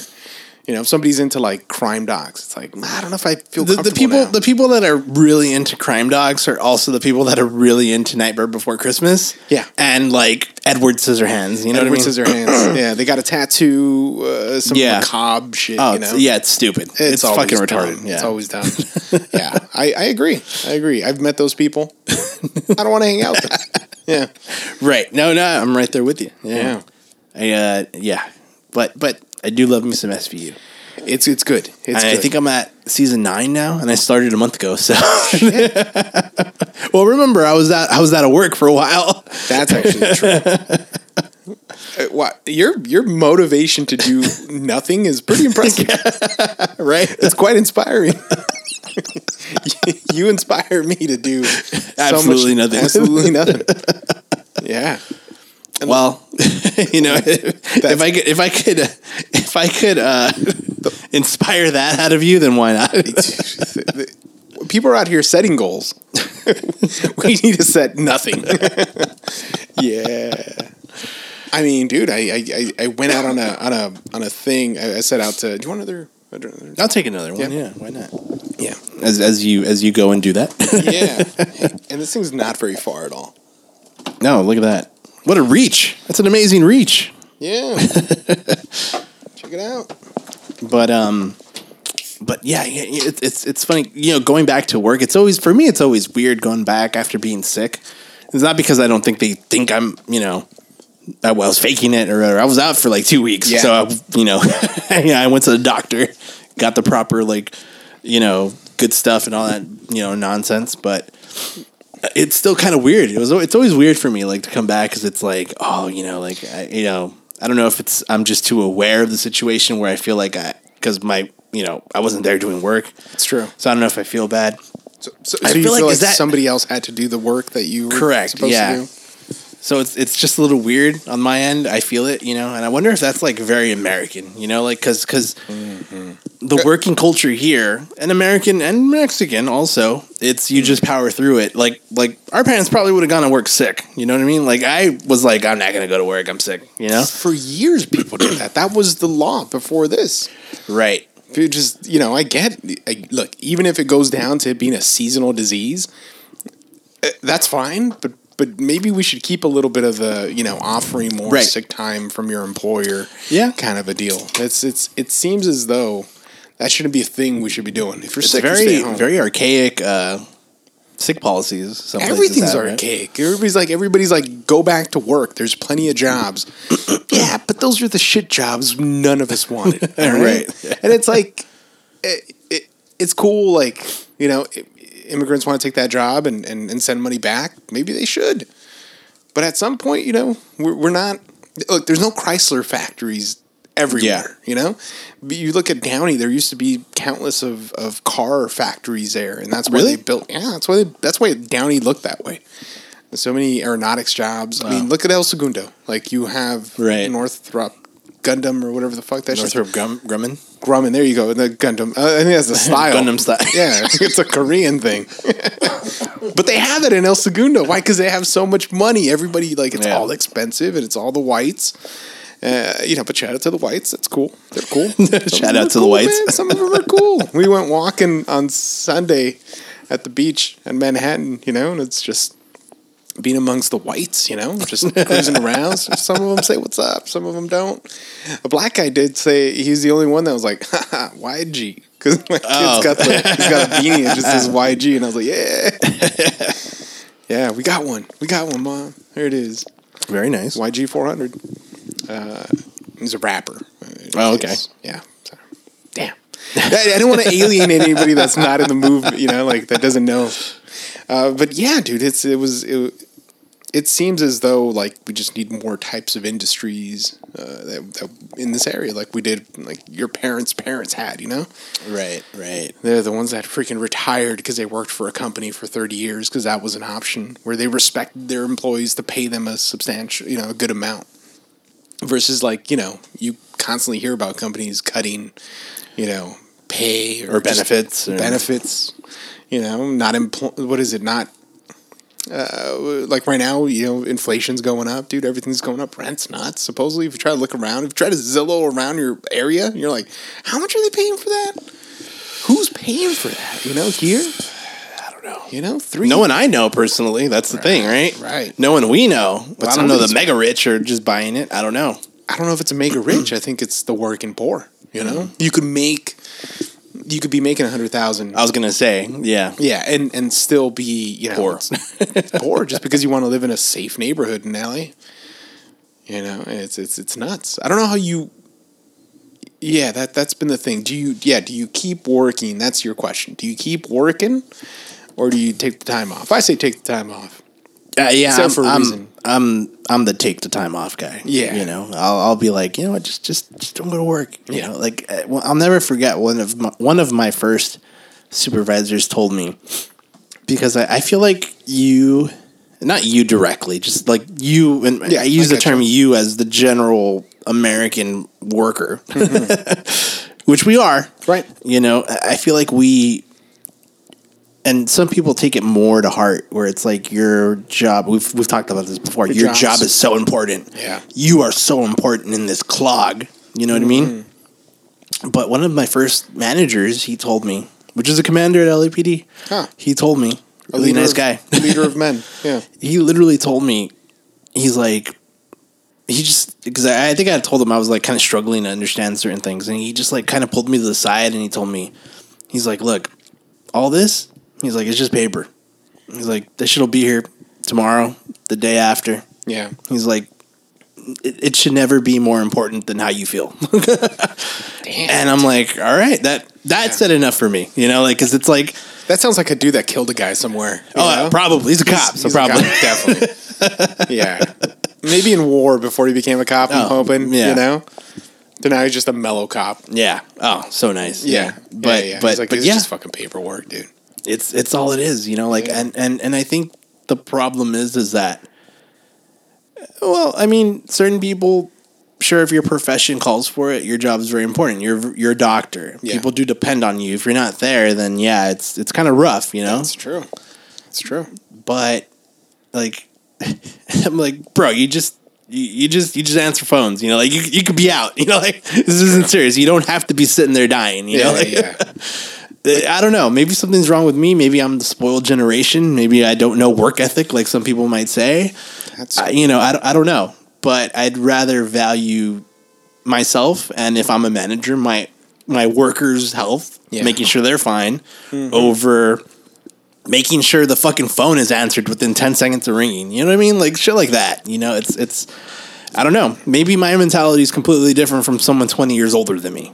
You know, if somebody's into like crime docs, it's like I don't know if I feel
The, the people the people that are really into crime dogs are also the people that are really into Nightbird Before Christmas.
Yeah.
And like Edward Scissorhands, you know what
Edward
I mean? <coughs>
Scissorhands. yeah, they got a tattoo, uh, some
Yeah.
macabre shit.
Oh,
you
it's-
know?
yeah, it's stupid. It's,
always
fucking
dumb.
retarded. Yeah.
It's
<laughs>
always dumb. yeah, I, I agree. I agree. I've met
<laughs>
those people. I don't want to hang out. With them. Yeah,
right. No, no, I'm right there with you.
yeah.
Yeah. I, uh, yeah. But but I do love me some SVU.
It's it's good. It's
And I
good.
think I'm at season nine now, and I started a month ago. <laughs> So, well, remember I was out I was out of work for a while.
That's
<laughs>
actually true. Uh, What your your motivation to do nothing is
<laughs>
pretty impressive, right? It's quite inspiring. <laughs> you inspire me to do so
Absolutely nothing. <laughs>
Absolutely nothing. Yeah,
Well, <laughs> you know, if, if I could, if I could, uh, if I could uh, <laughs> inspire that out of you, then why not?
people are out here setting goals. <laughs> we need to set nothing. <laughs> yeah. I mean, dude, I, I I- I went out on a on a on a thing. I, I set out to. Do you want another? another
<laughs> I'll take another one.
Yeah.
why not?
yeah.
As as you as you go and do that. <laughs>
yeah. And this thing's not very far at all.
no, look at that. What a reach! That's an amazing reach. <laughs>
Yeah. Check it out.
But um, but yeah, yeah, yeah, it's it's it's funny. You know, going back to work, it's always for me. It's always weird going back after being sick. It's not because I don't think they think I'm, you know, I was faking it or whatever. I was out for like two weeks,
Yeah.
so I, you know, <laughs> yeah, I went to the doctor, got the proper like, you know, good stuff and all that, you know, nonsense. But it's still kind of weird. It was it's always weird for me like to come back because it's like oh you know like I, you know I don't know if it's I'm just too aware of the situation where I feel like I because my you know I wasn't there doing work
It's true.
so I don't know if I feel bad.
So, so,
I
so
feel
you feel
like
like,
is that-
somebody else had to do the work that you were
Correct,
supposed
yeah.
to do?
So it's it's just a little weird on my end. I feel it, you know, and I wonder if that's like very American, you know, like because because the working culture here, and American and Mexican also, it's you just power through it. Like like our parents probably would have gone to work sick, you know what I mean? Like I was like, I'm not gonna go to work, I'm sick, you know?
For years, people did that. That was the law before this.
Right.
If you just, you know, I get, I, look, even if it goes down to it being a seasonal disease, eh, that's fine, but but maybe we should keep a little bit of the you know offering more
Right.
sick time from your employer,
Yeah.
kind of a deal. It's it's it seems as though that shouldn't be a thing we should be doing. If you're
It's
sick, you stay
very
at home.
very archaic uh, sick policies. some places
Everything's
have, right?
archaic. Everybody's like, everybody's like, go back to work. There's plenty of
<clears throat>
jobs. yeah, but those are the shit jobs none of us wanted. all right?
<laughs> Right.
and it's like, it, it, it's cool. Like, you know, i- immigrants want to take that job and, and, and send money back. Maybe they should. But at some point, you know, we're, we're not, look, there's no Chrysler factories everywhere,
Yeah.
you know? But you look at Downey, there used to be countless of, of car factories there. And that's why
Really?
they built, yeah, that's why, they, that's why Downey looked that way. So many aeronautics jobs. I mean, look at El Segundo. Like you have
Right.
Northrop Gundam or whatever the fuck that shit's
Northrop Grum- Grumman.
Grumman. There you go. The Gundam. Uh, I think
<laughs>
that's the style.
Gundam style.
<laughs> Yeah, it's a Korean thing. <laughs> but they have it in El Segundo. Why? Because they have so much money. Everybody like it's
Yeah.
all expensive and it's all the whites. Uh, you know, but shout out to the whites. That's cool. They're cool. Some
<laughs> Shout
of
out
them are
to the
cool,
whites.
man. Some of them
<laughs>
are cool. we went walking on Sunday at the beach in Manhattan. You know, and it's just being amongst the whites. You know,
<laughs>
just cruising around. Some of them say what's up. Some of them don't. A black guy did say he's the only one that was like, <laughs> Haha, YG. Because my kid's
Oh.
got the, he's got a beanie that
<laughs>
just says YG. And I was like, yeah. yeah, we got one. We got one, Mom. Here it is.
Very nice.
YG 400. Uh, he's a rapper.
Oh, okay.
Yeah. So,
<laughs>
Damn. I, I don't want to alienate anybody that's not in the movement, you know, like that doesn't know. Uh, but yeah, dude, it's it was it, it seems as though like we just need more types of industries uh, that, that in this area, like we did, like your parents' parents had, you know.
Right, right.
They're the ones that freaking retired because they worked for a company for 30 years because that was an option where they respected their employees to pay them a substantial, you know, a good amount. Versus like, you know, you constantly hear about companies cutting, you know, pay or,
Or
just
benefits or-
benefits, you know, not empl- what is it, not like right now, you know, inflation's going up, dude. Everything's going up. Rent's not. Supposedly, if you try to look around, if you try to Zillow around your area, you're like, how much are they paying for that? Who's paying for that? You know, here,
I don't know.
you know, three.
No one I know personally. That's the thing, right?
right.
No one we know. But
Well, I
I don't
don't
know
think
the mega rich are just buying it. I don't know.
I don't know if it's a mega rich. I think it's the working poor. You know,
Mm-hmm.
you could make, you could be making a hundred thousand.
I was gonna say, yeah.
Yeah, and and still be you know
Poor.
it's- it's <laughs> poor just because you want to live in a safe neighborhood in LA. You know, it's it's it's nuts. I don't know how you. Yeah, that that's been the thing. Do you yeah? Do you keep working? That's your question. Do you keep working, or do you take the time off? I say take the time off.
Uh, yeah,
Except
I'm,
for
I'm,
reason.
I'm I'm the take the time off guy.
Yeah.
you know, I'll, I'll be like, you know what, just just just don't go to work. You
Yeah.
know, like uh, well, I'll never forget one of my, one of my first supervisors told me because I, I feel like you, not you directly, just like you and
Yeah,
I use
I
the
get
term you as the general American worker, <laughs> which we are,
Mm-hmm. Right.
You know, I I feel like we and some people take it more to heart where it's like your job we've we've talked about this before your,
job's-
job is so important
Yeah.
you are so important in this clog you know what i mean but one of my first managers he told me which is a commander at lapd
Huh. Oh,
he told me
A
really
leader
nice
of-
guy
<laughs> leader of men. Yeah,
he literally told me he's like he just because I, I think I told him I was like kind of struggling to understand certain things, and he just like kind of pulled me to the side and he told me he's like, look, all this he's like it's just paper. He's like this shit'll be here tomorrow, the day after.
yeah.
He's like. It, it should never be more important than how you feel, and I'm like, all right, that that said enough for me, you know, like because it's like,
That sounds like a dude that killed a guy somewhere. you
oh,
know?
probably he's a cop, so
He's a
probably
cop,
<laughs>
definitely. yeah. Maybe in war before he became a cop, I'm
Oh,
hoping,
yeah.
you know? So now he's just a mellow cop.
Yeah. Oh, so nice.
But,
But
yeah, yeah.
but
He's like,
but
this
yeah,
is just fucking paperwork, dude.
it's it's all it is, you know, like
Yeah.
and and and I think the problem is is that well, I mean, certain people sure if your profession calls for it, your job is very important. You're you're a doctor.
Yeah.
People do depend on you. If you're not there, then yeah, it's it's kind of rough, you know?
It's true. It's true.
but like <laughs> I'm like, bro, you just you, you just you just answer phones, you know, like <laughs> you you could be out, you know, like this isn't serious. You don't have to be sitting there dying, you <laughs>
Yeah,
know. Like,
yeah.
I don't know. Maybe something's wrong with me. Maybe I'm the spoiled generation. Maybe I don't know work ethic, like some people might say.
That's-
I, you know, I, don't- I don't know. But I'd rather value myself and if I'm a manager, my my workers' health,
Yeah.
making sure they're fine, over making sure the fucking phone is answered within ten seconds of ringing. You know what I mean? Like shit like that. You know, it's it's. I don't know. Maybe my mentality is completely different from someone twenty years older than me.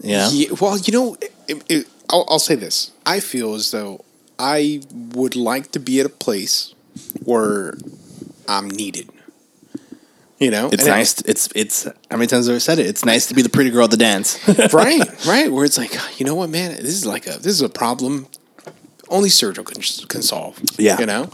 Yeah.
Yeah, well, you know, it, it, I'll, I'll say this. I feel as though I would like to be at a place where I'm needed. You know,
It's
And it-
nice. it's it's how many times have I said it? It's nice to be the pretty girl at the
<laughs>
dance.
right? Right, where it's like, you know what, man, this is like a this is a problem only Sergio can, can solve.
Yeah.
you know.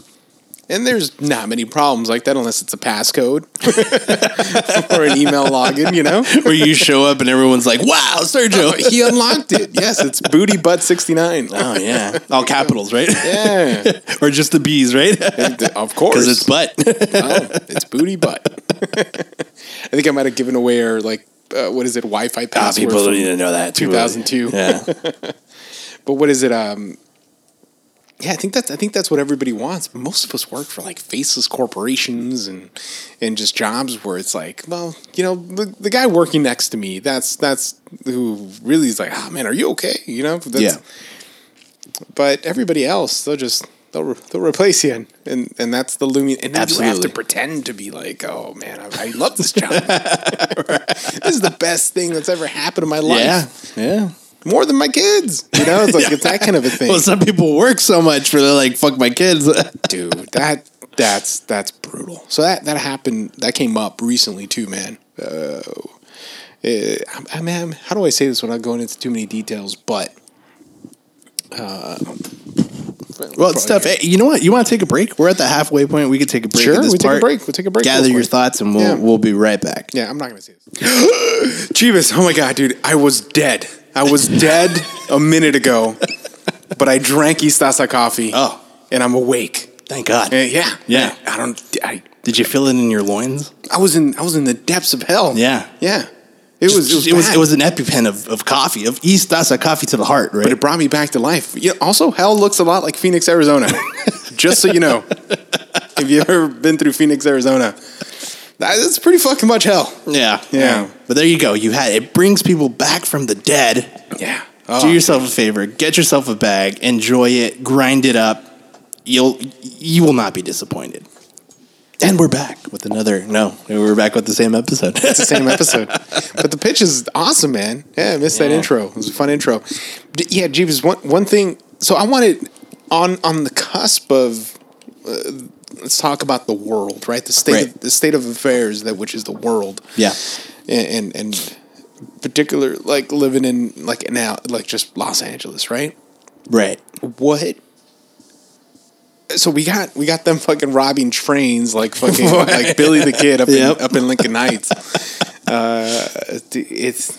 And there's not many problems like that unless it's a passcode <laughs> or an email login. You know,
Where you show up and everyone's like, "Wow, Sergio!"
he unlocked it. Yes, it's booty butt sixty nine.
oh yeah, all capitals, right?
Yeah,
<laughs> or just the bees, right? <laughs>
of course.
Because it's butt.
<laughs> Oh, it's booty butt. <laughs> I think I might have given away our like uh, what is it
Ah,
Wi-Fi password? from-
know that.
2002. <laughs>
Yeah.
but what is it? Um, yeah, I think that's I think that's what everybody wants. But most of us work for like faceless corporations and and just jobs where it's like, well, you know, the, the guy working next to me, that's that's who really is like, ah, man, are you okay? You know, that's,
yeah.
But everybody else, they'll just they'll, re- they'll replace you, and, and and that's the looming. And then you have
Absolutely.
to pretend to be like, oh man, I, I love this job. <laughs> this is the best thing that's ever happened in my life.
Yeah. Yeah.
More than my kids, you know.
<laughs>
It's like it's that kind of a thing.
Well, some people work so much for they're like, "Fuck my kids." <laughs>
dude that that's that's brutal so that that happened that came up recently too man uh, eh, I'm, I'm- I'm- how do i say this without going into too many details but
well, it's tough. Hey, you know what? You want to take a break? We're at the halfway point. We could take a break.
Sure,
at this
we take a
part.
break. We'll take a break
Gather
real
your
quick.
thoughts, and we'll
Yeah.
we'll be right back.
yeah i'm not gonna say this <gasps> jeebus oh my god dude i was dead i was dead a minute ago but i drank istasa coffee
Oh.
and i'm awake
Thank God.
Eh, yeah
Yeah.
i don't I,
Did you feel it in your loins?
I was in i was in the depths of hell
Yeah.
yeah it was, it was
it was,
bad.
it was an epipen of, of coffee of East Dasa coffee to the heart, right?
but it brought me back to life. You know, also, hell looks a lot like Phoenix, Arizona. <laughs> Just so you know, if you've ever been through Phoenix, Arizona, that- that's pretty fucking much hell.
yeah,
Yeah.
But there you go. You had it brings people back from the dead.
Yeah.
Do yourself a favor. Get yourself a bag. Enjoy it. Grind it up. You'll you will not be disappointed. And we're back with another. No, we're back with the same episode. <laughs>
it's the same episode. But the pitch is awesome, man. Yeah, I missed that
Yeah.
intro. It was a fun intro. D- yeah, Jeeves, one one thing. So I wanted on on the cusp of. Uh, let's talk about the world, right? The state
Right.
of, the state of affairs that which is the world.
Yeah.
and and, and particular like living in like now like just Los Angeles, right?
right.
What? So we got we got them fucking robbing trains
<laughs>
like fucking like Billy the Kid up
Yep.
in, up in
<laughs>
Lincoln Heights. uh, d- it's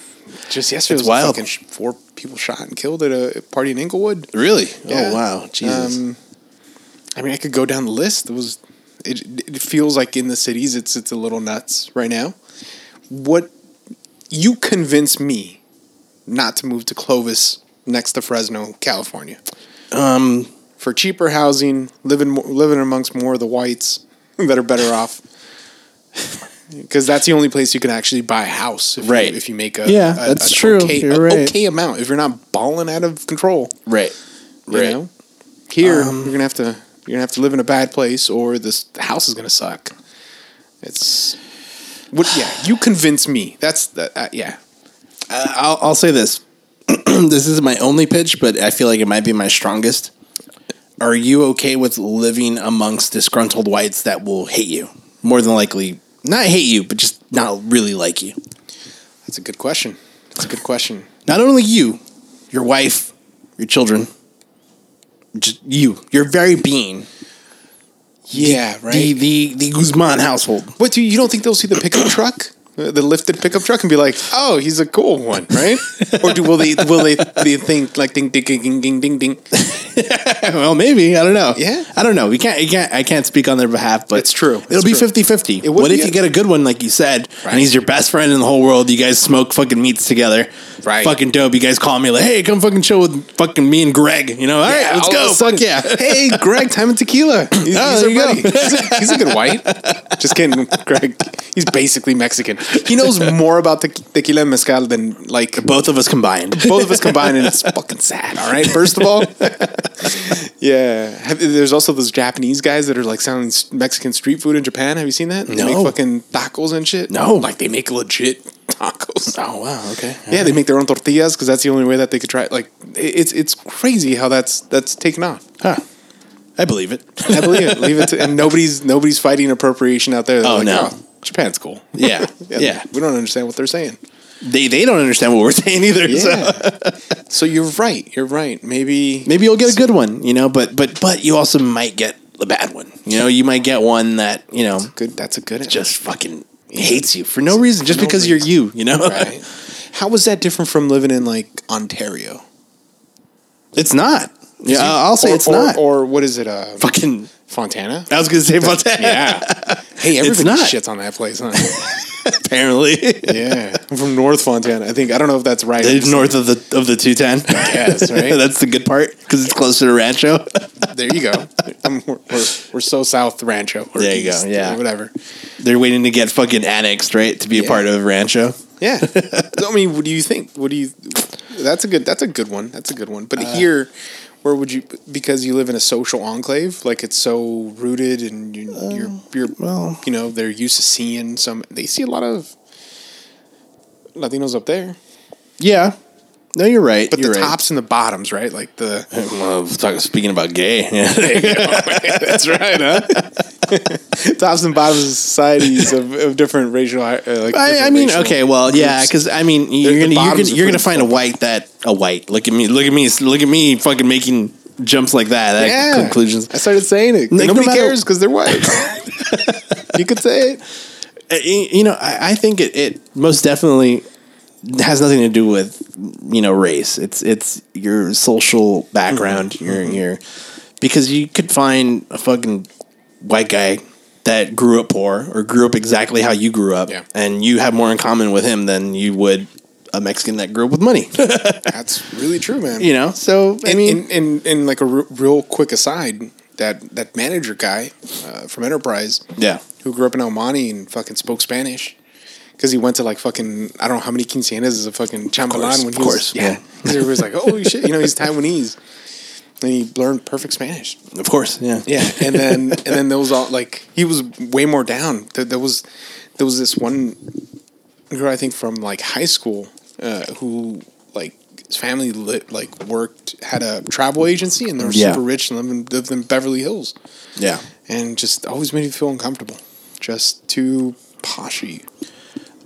just yesterday was
wild.
fucking sh- four people shot and killed at a party in Inglewood.
Really?
Yeah.
Oh wow. Jesus.
Um, I mean, I could go down the list. It was it, it feels like in the cities it's it's a little nuts right now. What you convince me not to move to Clovis next to Fresno, California.
Um,
For cheaper housing, living mo- living amongst more of the whites <laughs> that are better off. <laughs> Because that's the only place you can actually buy a house, if
Right.
You, if you make a
Yeah,
a-
that's
an
true.
Okay,
You're
a
right.
okay amount. If you're not balling out of control,
right.
you
Right.
know? Here, you're gonna have to you're gonna have to live in a bad place, or this the house is gonna suck. It's what? Yeah, you convince me. That's that. Uh, yeah,
I'll, I'll say this. <clears throat> this is my only pitch, but I feel like it might be my strongest. Are you okay with living amongst disgruntled whites that will hate you? More than likely, not hate you, but just not really like you.
that's a good question. That's a good question.
Not only you, your wife, your children, just you, your very being.
Yeah, right.
The the the Guzman household.
what do you, you don't think they'll see the pickup truck? Uh, The lifted pickup truck and be like, "Oh, he's a cool one, right?" or do will they will they they think like ding ding ding ding ding ding?
well, maybe I don't know.
Yeah.
I don't know. We can't. You can't. I can't speak on their behalf, but
It's true.
It'll
It's
be
true.
50 50
It would
What
be
if you
it.
get a good one, like you said, and
Right.
he's your best friend in the whole world? You guys smoke fucking meats together,
Right.
Fucking dope. You guys call me like, hey, come fucking chill with fucking me and Greg. You know, all right, let's
all
go.
of a sudden-
Fuck yeah.
<laughs> Hey, Greg, time and tequila. <laughs> He's,
Oh,
he's
there
our
you
buddy.
go.
He's a, <laughs> he's a good white. Just kidding, Greg. He's basically Mexican. He knows more about te- tequila and mezcal than like
Both of us
<laughs>
combined.
both of us combined, and it's fucking sad. All right, first of all, <laughs> yeah. Have, there's also those Japanese guys that are like selling s- Mexican street food in Japan. Have you seen that? They
No.
make fucking tacos and shit.
No.
like they make legit <laughs> tacos.
oh wow. Okay.
Yeah, they make their own tortillas because that's the only way that they could try. it. Like, i- it's it's crazy how that's that's taken off.
Huh. I believe it. <laughs>
I believe it. Leave it to, and nobody's nobody's fighting appropriation out there. They're
Oh, no.
Japan's cool.
Yeah. <laughs> Yeah.
we don't understand what they're saying.
They they don't understand what we're <laughs> saying either. So.
so <laughs> you're right. You're right. Maybe
maybe you'll get a good one, you know, but but but you also might get a bad one. You know, you might get one that, you know,
good. That's a good. answer.
just fucking hates you for no reason, just
no
because
reason.
you're you, you know?
right. How was that different from living in like Ontario?
<laughs> It's not. Yeah, I'll I'll say
Or-
it's
or-
not.
Or what is it? Uh,
fucking <laughs>
Fontana.
I was gonna say about that.
Yeah. Hey, everybody
not.
shits on that place, huh?
<laughs>
<laughs>
Apparently.
yeah, I'm from North Fontana. I think I don't know if that's right. I'm just-
North of the of the two ten. <laughs>
Yes, right?
That's the good part because it's closer to
<laughs>
Rancho.
There you go. I'm, we're, we're, we're so south Rancho. Or
There you go,
east,
yeah.
or whatever.
They're waiting to get fucking annexed, right, to be a
Yeah.
part of Rancho.
Yeah. <laughs> So, I mean, what do you think? What do you? That's a good. That's a good one. That's a good one. But here, where would you? Because you live in a social enclave, like it's so rooted, and you, you're you're
well-
you know, they're used to seeing some. They see a lot of Latinos up there,
Yeah. No, you're right.
but
you're
the
right.
tops and the bottoms, right? Like <laughs> the.
Well, talk, speaking about
<laughs>
gay,
That's right, huh? <laughs> tops and bottoms of societies of, of different racial. hi- Uh, like
I, I
different
mean,
racial
okay, well, yeah,
groups.
because I mean, you're gonna
the
you're
bottoms
gonna,
are
you're gonna
pretty
find a white that a white. Look at me, look at me, look at me, fucking making jumps like that. that
yeah.
Conclusions. Uh,
I started saying it.
Like, no
Nobody
matter-
cares because they're <laughs> white. you could say it.
Uh, y- You know, I, I think it, it most definitely has nothing to do with you know race. It's it's your social background,
Mm-hmm.
your your because you could find a fucking white guy that grew up poor or grew up exactly how you grew up,
Yeah.
and you have more in common with him than you would a Mexican that grew up with money.
That's really true, man.
you know. So I
and,
mean,
and, and, and like a r- real quick aside, that that manager guy uh, from Enterprise
yeah,
who grew up in El Monte and fucking spoke Spanish because he went to like fucking I don't know how many quinceañeras as a fucking
course,
chambelán when
of
he
course,
was yeah.
yeah.
'Cause everybody's like, holy shit, you know he's Taiwanese. And he learned perfect Spanish.
of course, yeah, <laughs>
Yeah, and then and then there was all like he was way more down. There, there was there was this one girl I think from like high school uh, who like his family lit, like worked had a travel agency and they were
Yeah.
super rich and lived in, lived in Beverly Hills
yeah.
and just always made me feel uncomfortable, just too poshy.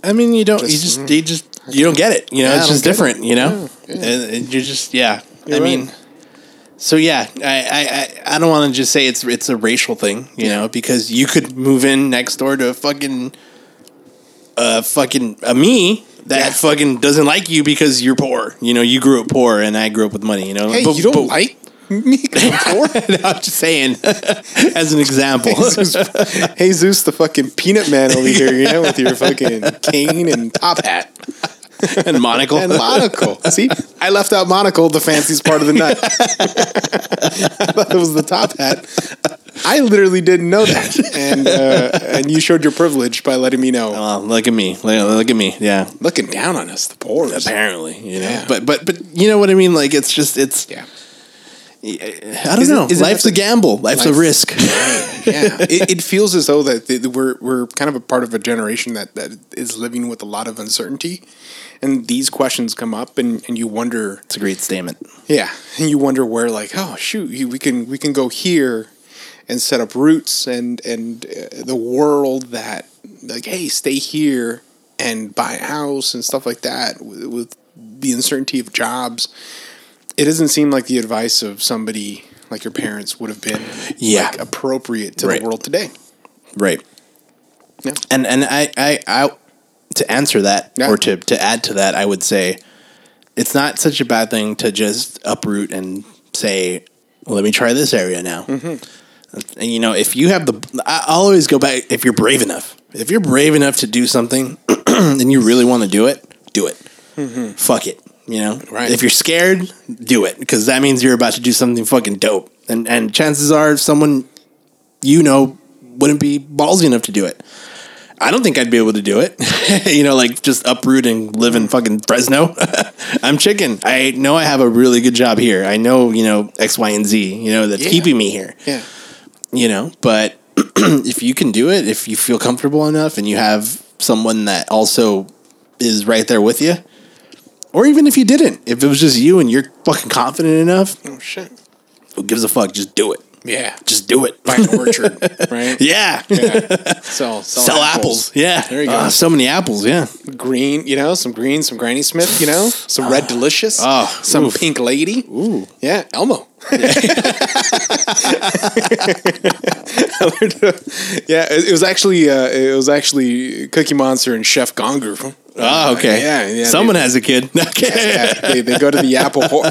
I mean, you don't, you
Just-
just, you just, you don't get it. You know,
Yeah, I
it's
don't
just
get
different. You know,
Yeah, yeah.
And, and you're just, yeah.
You're
I
right.
mean, so yeah, I, I, I, I don't want to just say it's it's a racial thing. You know, because you could move in next door to a fucking, a fucking a me. That
Yeah.
fucking doesn't like you because you're poor. You know, you grew up poor and I grew up with money, you know.
Hey,
But-
you don't
but-
like
<laughs>
me?
I'm just saying <laughs> as an
<laughs>
example.
hey Zeus, the fucking peanut man over here, you know, with your fucking cane and top hat.
and monocle.
and monocle. See, I left out monocle, the fanciest part of the <laughs> nut. I thought it was the top hat. I literally didn't know that, and uh, and you showed your privilege by letting me know.
Well, Um, look at me. Look, look at me. Yeah.
Looking down on us, the poor.
apparently you know
Yeah.
but but but you know what i mean like it's just it's
Yeah,
i don't
Isn't-
know
isn't that
life's
the-
a gamble life's
Life-
a risk
yeah. It, it feels as though that th- we're we're kind of a part of a generation that that is living with a lot of uncertainty, and these questions come up, and and you wonder.
<laughs> it's a great statement
Yeah, and you wonder where, like, oh shoot, you- we can we can go here and set up roots, and and uh, the world that like, hey, stay here and buy a house and stuff like that with, with the uncertainty of jobs. It doesn't seem like the advice of somebody like your parents would have been
Yeah.
like, appropriate to
Right.
the world today.
right
Yeah.
and and I, I i to answer that
Yeah.
or to to add to that i would say it's not such a bad thing to just uproot and say well, let me try this area now.
Mm-hmm.
And you know, if you have the, I I'll always go back. If you're brave enough, if you're brave enough to do something, <clears throat> and you really want to do it, do it. Fuck it. You know,
Mm-hmm. Right.
If you're scared, do it because that means you're about to do something fucking dope. And and chances are, someone you know wouldn't be ballsy enough to do it. I don't think I'd be able to do it. <laughs> you know, like just uproot and live in fucking Fresno. <laughs> I'm chicken. I know I have a really good job here. I know, you know, X, Y, and Z, you know, that's
Yeah.
keeping me here,
Yeah.
you know, but <clears throat> if you can do it, if you feel comfortable enough and you have someone that also is right there with you, or even if you didn't, if it was just you and you're fucking confident enough,
Oh shit.
who gives a fuck? Just do it.
Yeah. Just
Just do it. <laughs>
buy an orchard, <laughs> right?
Yeah.
Yeah. Sell, sell,
Sell apples. Yeah.
Oh, There you go.
Ah, so many apples. Yeah.
green, you know, some green, some Granny Smith, you know, some Red Delicious,
Oh,
some
oof.
Pink Lady. Ooh. Yeah, Elmo. <laughs> yeah, it it was actually uh, it was actually Cookie Monster and Chef Gonger.
Oh, okay.
Uh, Yeah, yeah,
Someone has a kid. <laughs> Okay.
<laughs> Yeah, they, they go to the apple. Ho-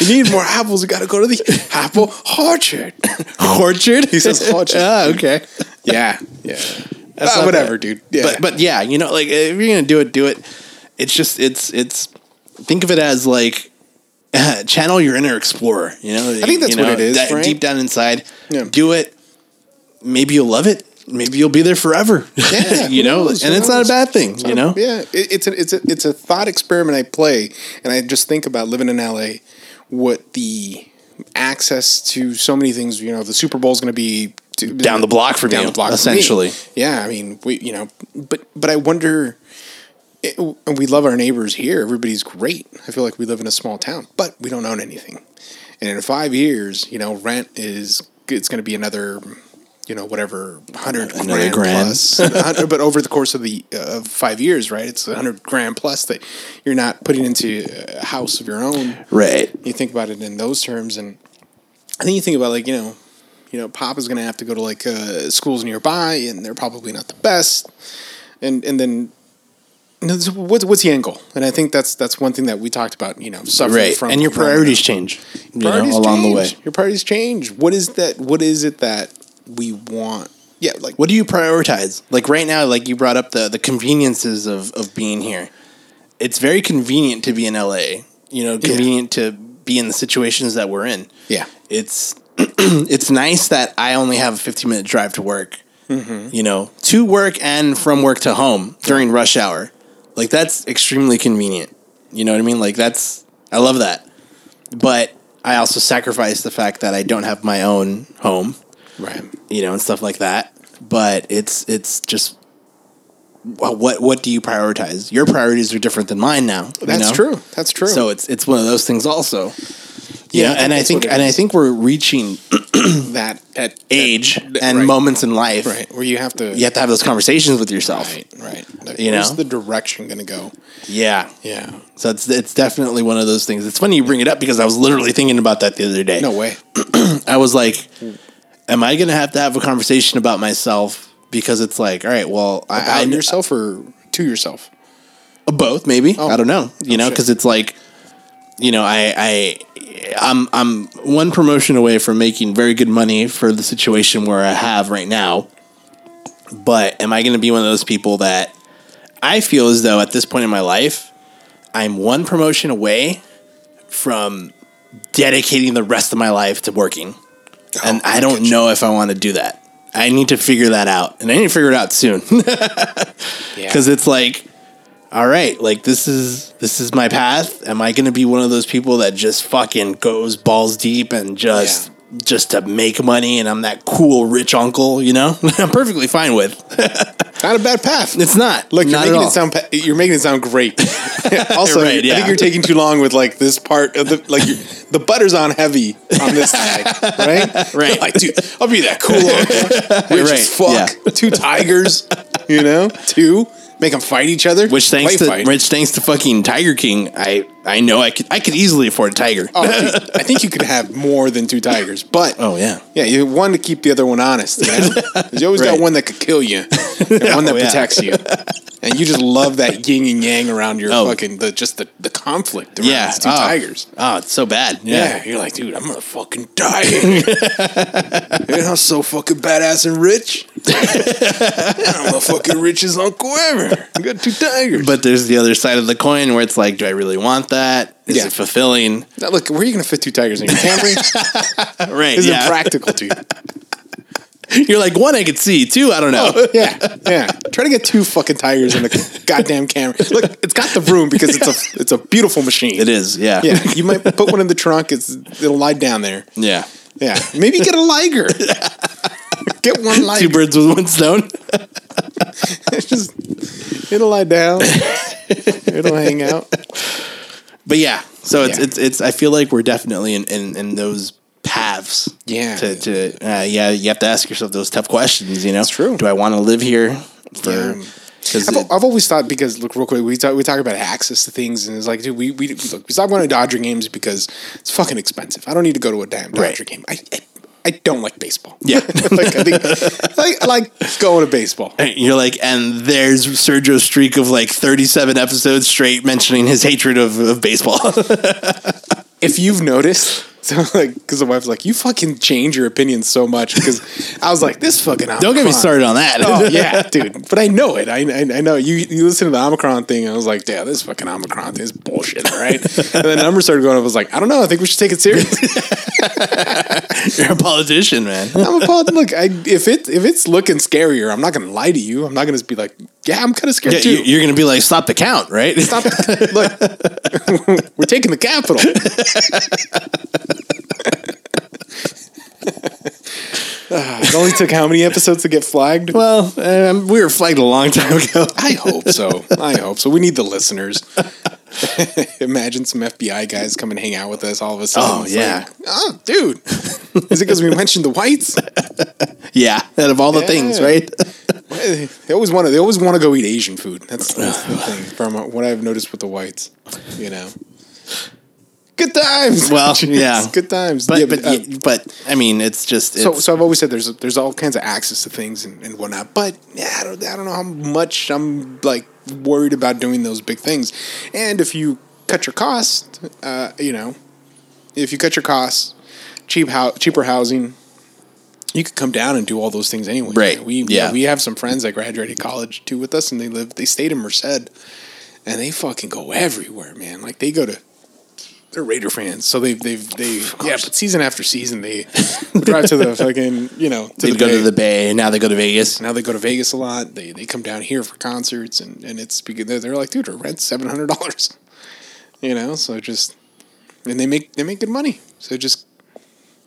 <laughs> we need more apples. We got to go to the apple orchard.
<laughs> Orchard. He
says
<laughs>
orchard.
Ah, okay.
Yeah, yeah.
That's
Ah,
not
whatever,
bad.
dude. Yeah.
But but yeah, you know, like if you're gonna do it, do it. It's just it's it's. Think of it as like <laughs> channel your inner explorer. You know, I
think that's what it is, right?
Deep down inside,
Yeah.
do it. Maybe you'll love it. Maybe you'll be there forever. <laughs>
Yeah,
you
who
know,
knows,
and
who
it's not a
knows?
bad thing. You know,
Yeah, it, it's a, it's a, it's a thought experiment I play, and I just think about living in LA, what the access to so many things. You know, the Super Bowl is going to be to,
Down the block from you,
me.
essentially.
Yeah, I mean, we you know, but but I wonder. It, and we love our neighbors here. Everybody's great. I feel like we live in a small town, but we don't own anything. And in five years, you know, rent is it's going to be another, you know, whatever hundred
Another
grand,
grand. <laughs>
plus. A hundred- but over the course of the uh, of five years, right? It's a hundred grand plus that you're not putting into a house of your own.
right?
You think about it in those terms, and I think you think about like you know, you know, Papa's going to have to go to like uh, schools nearby, and they're probably not the best, and and then. you know, so What's what's the end goal? And I think that's that's one thing that we talked about. You know, suffering
Right,
from
and your
from-
priorities change. You
Priorities
know, along the way.
change. Your priorities change. What is that? What is it that we want? Yeah, like
What do you prioritize? Like right now, like you brought up the the conveniences of of being here. It's very convenient to be in LA. You know, convenient to be in the situations that we're in.
Yeah.
It's <clears throat> it's nice that I only have a 15 minute drive to work. You know, to work and from work to home during rush hour. Like that's extremely convenient. You know what I mean? Like that's I love that. But I also sacrifice the fact that I don't have my own home
Right.
you know, and stuff like that. But it's it's just wha- what what do you prioritize? Your priorities are different than mine now. you
That's
know?
true. That's true.
So it's it's one of those things also. Yeah,
Yeah, I think
and I
that's
think
what it
and I
is.
think we're reaching <clears throat>
that at
age and
right.
moments in life.
right where you have to
You have to have those conversations with yourself.
right right. Like,
You
where's
know?
the direction going to go?
Yeah.
Yeah.
So it's it's definitely one of those things. It's funny you bring it up because I was literally thinking about that the other day.
No way.
I was like, am I going to have to have a conversation about myself because it's like, all right, well, I, I
About yourself or to yourself.
both maybe i don't know you know
shit.
because it's like you know i i i'm i'm one promotion away from making very good money for the situation where i have right now but am i going to be one of those people that i feel as though at this point in my life i'm one promotion away from dedicating the rest of my life to working and
Oh,
i don't know if i want to do that i need to figure that out and i need to figure it out soon <laughs>
Yeah.
because it's like all right like this is this is my path am i gonna be one of those people that just fucking goes balls deep and just just to make money and i'm that cool rich uncle you know <laughs> i'm perfectly fine with
not a bad path.
it's not
Look,
not
you're
at
making
all.
it sound pa- you're making it
<laughs>
sound great. <laughs> also,
Right,
I
yeah.
think you're taking too long with like this part of the like you the butter's on heavy
<laughs>
on this side,
<laughs>
right?
Right.
Like, dude, I'll be that
<laughs>
cool, uncle, rich
Right,
as fuck. Two tigers, you know, two make them fight each other.
which thanks
Play
to
fight.
which thanks to fucking tiger king i i know i could i could easily afford a tiger
Oh, dude, I think you could have more than two tigers, but
Oh, yeah.
yeah, you want
<laughs>
to keep the other one honest. You, know? 'Cause you always
Right. <laughs> Oh,
got one that could kill you, and one that
yeah.
protects you. and you just love that yin and yang around your
Oh.
fucking the just the, the conflict around
Yeah.
these two
oh.
tigers.
Oh, it's so bad.
Yeah.
Yeah.
you're like, dude, I'm gonna fucking
<laughs>
die. here. and I'm so fucking badass
<laughs>
and rich. I'm the fucking richest uncle ever. I got two tigers.
But there's the other side of the coin where it's like, do I really want that? Is
Yeah.
it
<laughs>
fulfilling?
Now, look, where are you gonna fit two tigers in your
<laughs>
camry? This
Right.
is
yeah.
impractical, dude.
You're like, one I could see, two, I don't know.
Yeah, yeah. Try to get two fucking tigers in the goddamn camry. Look, it's got the room because
<laughs>
it's a it's a beautiful machine.
<laughs> It is. Yeah.
Yeah, you might put one in the trunk. It's it'll lie down there.
Yeah.
Yeah, maybe get
<laughs>
a liger. get one
Two
liger.
birds with one stone.
<laughs>
<laughs>
Just it'll lie down.
<laughs>
it'll hang out.
But yeah, so it's
Yeah.
it's it's. I feel like we're definitely in in, in those paths.
Yeah.
To to uh, yeah, you have to ask yourself those tough questions. You know, it's
true.
Do I want to live here? For
Yeah.
because
I've, I've always thought because look real quick we talk we talk about access to things and it's like dude we we look we stop going to Dodger games because it's fucking expensive. I don't need to go to a damn Dodger
Right.
game. I, I I don't like baseball.
Yeah.
<laughs> like I think I, I like going to baseball.
you're like, and there's Sergio's streak of like 37 episodes straight mentioning his hatred of, of baseball.
if you've noticed, <laughs> so like, because the wife's like, you fucking change your opinion so much. Because I was like, this fucking. Omicron.
Don't get me started on <laughs> that.
Oh yeah, dude. But I know it. I, I I know you. You listen to the Omicron thing. And I was like, yeah, this fucking Omicron thing is bullshit, all right? and the numbers started going. up. I was like, I don't know. I think we should take it serious.
You're a politician, <laughs> man.
I'm a pod. Look, I, if it if it's looking scarier, I'm not gonna lie to you. I'm not gonna be like, yeah, I'm kind of scared
Yeah,
too.
you, you're gonna be like, stop the count, right?
Stop. <laughs> Look, we're taking the <laughs> capital. Ah, it only took how many episodes to get flagged?
Well, um, we were flagged a long time ago.
I hope so. I hope so. We need the listeners. <laughs> Imagine some FBI guys come and hang out with us all of a sudden.
Oh,
It's
yeah.
like, oh, dude. Is it because we mentioned the whites?
<laughs> Yeah, out of all the things,
Yeah.
right?
<laughs> They always want to. They always want to go eat Asian food. That's, that's the thing from what I've noticed with the whites. You know, good times.
Well,
<laughs> Jeez,
yeah.
good times.
But
Yeah,
but
uh,
y- but I mean, it's just it's,
so so I've always said there's there's all kinds of access to things and, and whatnot. But yeah, I don't I don't know how much I'm like worried about doing those big things. And if you cut your cost, uh, you know, if you cut your costs, cheap hou- cheaper housing. You could come down and do all those things anyway.
Right,
We
yeah.
we have some friends that graduated college too with us, and they live they stayed in Merced, and they fucking go everywhere, man. Like they go to they're Raider fans, so they've they've they yeah. But season after season, they <laughs> drive to the fucking you know to
they
the
go
Bay.
to the Bay, and now they go to Vegas.
now they go to Vegas a lot. They they come down here for concerts, and and it's because they're, they're like, dude, our rent's seven hundred dollars, <laughs> you know. So just and they make they make good money. So just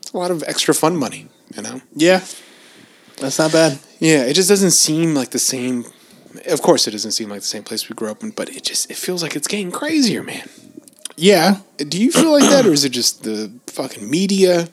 it's a lot of extra fun money, you know.
Yeah, that's not bad.
Yeah, it just doesn't seem like the same. Of course, it doesn't seem like the same place we grew up in, but it just it feels like it's getting crazier, man.
Yeah,
Do you feel like that, or is it just the fucking media?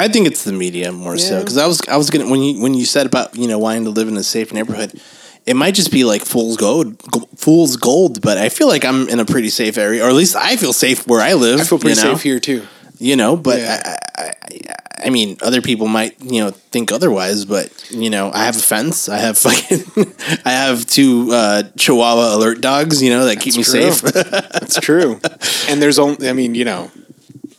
I think it's the media more so
Yeah.
because I was I was gonna when you when you said about you know wanting to live in a safe neighborhood, it might just be like fool's gold, g- fool's gold. But I feel like I'm in a pretty safe area, or at least I feel safe where I live.
I feel pretty
you know?
safe here too.
you know. But
Yeah.
I, I, I, I mean, other people might you know think otherwise. But you know, I have a fence. I have <laughs> fucking, I have two uh, Chihuahua alert dogs. You know that keep me
true. <laughs>
safe.
That's true. and there's only, I mean, you know,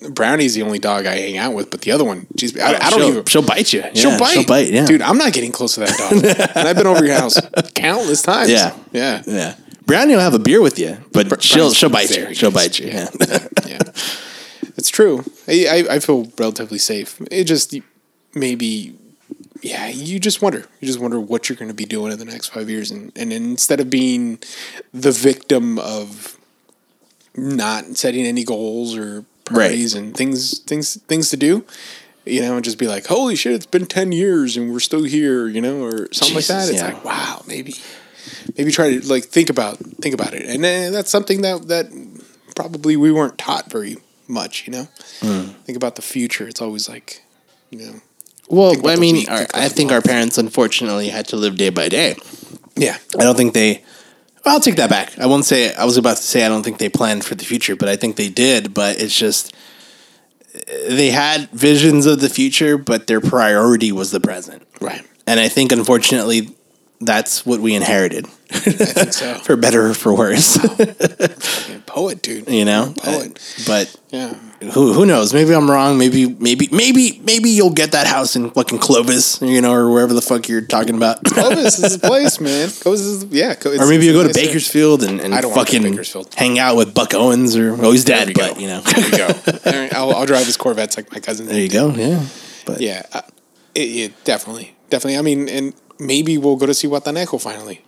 Brownie's the only dog I hang out with, but the other one, geez, I,
<laughs>
I don't
she'll,
even.
She'll bite you.
She'll
Yeah,
bite.
She'll bite. Yeah,
Dude, I'm not getting close to that dog. and I've been over your house
<laughs>
countless times.
Yeah.
Yeah.
Yeah. Brownie will have a beer with you, but she'll
Brownie's
she'll bite
very
you. She'll
nice.
bite you. Yeah.
yeah, it's true. I, I I feel relatively safe. It just maybe, yeah. You just wonder. You just wonder what you're going to be doing in the next five years, and and instead of being the victim of not setting any goals or priorities and things things things to do. You know, and just be like, "Holy shit! It's been ten years, and we're still here." You know, or something like
Jesus,
that. It's
yeah.
like, wow, maybe, maybe try to like think about think about it, and uh, that's something that that probably we weren't taught very much, you know.
Mm.
Think about the future. It's always like, you know,
Well,
about
I
the
mean,
week,
our,
think about
I think our parents unfortunately had to live day by day.
yeah,
I don't think they. I'll take that back. I won't say. I was about to say I don't think they planned for the future, but I think they did. But it's just they had visions of the future, but their priority was the present.
right,
And I think unfortunately, that's what we inherited,
think so.
for better or for worse. <laughs>
Fucking poet, dude.
you know,
Poet.
but
Yeah.
who who knows? Maybe I'm wrong. Maybe maybe maybe maybe you'll get that house in fucking Clovis, you know, or wherever the fuck you're talking about.
Clovis is the place, man. Clovis is, yeah. Co-
or maybe you go to Bakersfield and, and
I don't wanna go to
fucking
Bakersfield.
hang out with Buck Owens or oh he's
There
dead,
we
but
go.
you know <laughs>
There you go. All right, I'll, I'll drive his Corvettes like my cousin.
there you go, yeah. But
Yeah. I, it, it, definitely. Definitely. I mean, and maybe we'll go to see Wataneko finally.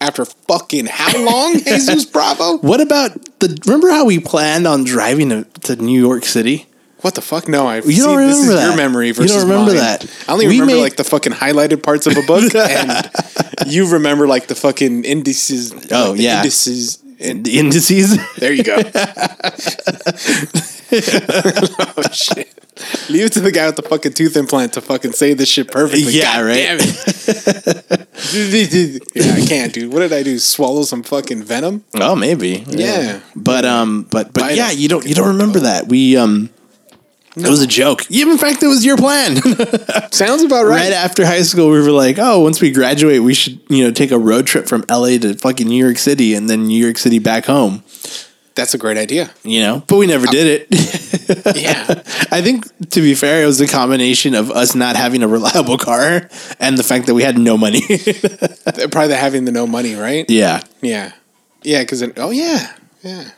After fucking
<laughs>
how long, Jesus Bravo?
what about the? Remember how we planned on driving to, to New York City?
What the fuck? No, I.
You don't
this is
remember
Your
that.
memory
You
versus
don't remember
mine.
that.
I only
We
remember
made-
like the fucking highlighted parts of a
<laughs>
book, and you remember like the fucking indices.
Oh,
like, the
yeah.
indices. And
The indices.
there you go. oh <laughs> shit! Leave it to the guy with the fucking tooth implant to fucking say this shit
<laughs>
perfectly.
Yeah,
God
right.
damn it. <laughs> yeah, I can't, dude. What did I do? Swallow some fucking venom?
Oh, maybe.
Yeah.
But um, but but
Bite
yeah,
us.
you don't you don't remember that we um. It was a joke. Yeah, in fact, it was your plan. <laughs>
Sounds about right.
right after high school, we were like, "Oh, once we graduate, we should you know take a road trip from LA to fucking New York City and then New York City back home."
That's a
<laughs>
great idea.
You know, but we never did it. <laughs>
Yeah.
I think to be fair, it was a combination of us not having a reliable car and the fact that we had no money. <laughs>
Probably the having the no money, right?
yeah,
Yeah. Yeah, because oh yeah, yeah.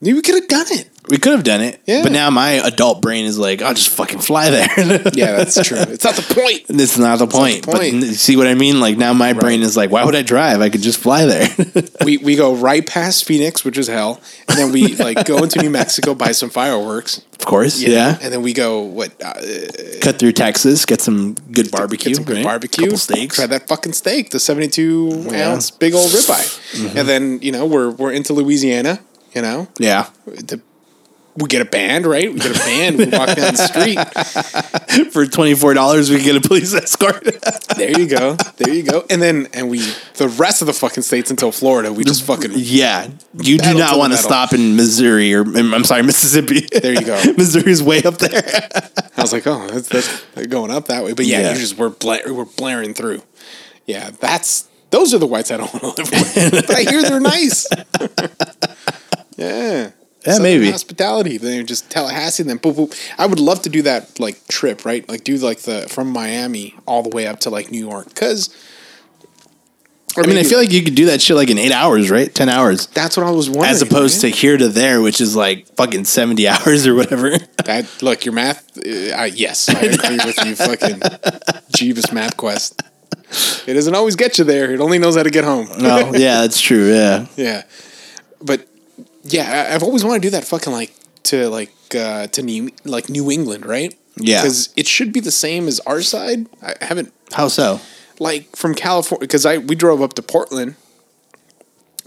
Maybe we could have done it.
we could have done it.
Yeah.
But now my adult brain is like, "I'll just fucking fly there."
<laughs> Yeah,
<laughs>
that's true. it's not the point.
That's not the point.
the
But
point.
n- see what I mean? Like now my brain is like, why would I drive? I could just fly there. <laughs>
<laughs> We we go right past Phoenix, which is hell, and then we like go into New Mexico, buy some fireworks.
of course. Yeah.
And then we go what uh,
Cut through Texas, get some good barbecue.
get some good
right?
barbecue,
Couple steaks.
Try that fucking steak, the seventy two ounce big old ribeye. And then you know we're we're into Louisiana. You know
Yeah. <laughs>
the. We get a band, right? We get a band. We walk down the street.
For twenty four dollars we could get a police <laughs> escort.
There you go. There you go. And then and we the rest of the fucking states until Florida, we just fucking
yeah. You do
Pedal to the
not want to
metal.
stop in Missouri or I'm sorry, <laughs> Mississippi.
there you go.
<laughs> Missouri's way up there.
I was like, oh, that's, that's they're going up that way. But yeah,
Yeah.
you just we're bla- we're blaring through. Yeah, that's those are the whites I don't want to live with. but I hear they're nice. <laughs> yeah.
Yeah, maybe.
hospitality. Then you're just Tallahassee. Then boop boop. I would love to do that like trip, right? Like do like the from Miami all the way up to like New York, because
I mean, I feel like you could do that shit like in eight hours, right? Ten hours.
that's what I was wondering.
As opposed
man.
to here to there, which is like fucking seventy <laughs> hours or whatever.
That look, your math. Uh, I, yes, I agree with you. Fucking Jeebus math quest. It doesn't always get you there. It only knows how to get home.
<laughs> oh, yeah, that's true. Yeah.
<laughs> yeah, but yeah, I, I've always wanted to do that. Fucking like to like uh, to New like New England, right?
Yeah.
because it should be the same as our side. I haven't
How so?
like from California because I we drove up to Portland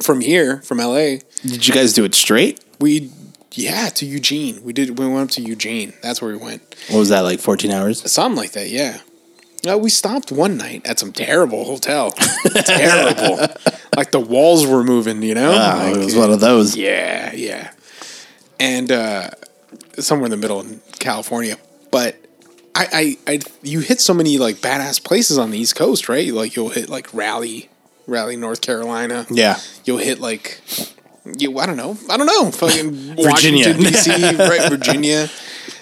from here from L.A.
Did you guys do it straight?
We yeah to Eugene. We did. We went up to Eugene. That's where we went.
What was that like? Fourteen hours?
Something like that, yeah. No, we stopped one night at some terrible
<laughs>
hotel. terrible. Like the walls were moving, you know?
Oh, it
Like,
was one of those.
yeah, yeah. And uh, somewhere in the middle in California. But I, I, I, you hit so many like badass places on the East Coast, right? Like you'll hit like Raleigh, Raleigh, North Carolina.
Yeah.
You'll hit like, you, I don't know, I don't know,
<laughs>
fucking
Virginia. <laughs>
Washington D.C., right? Virginia,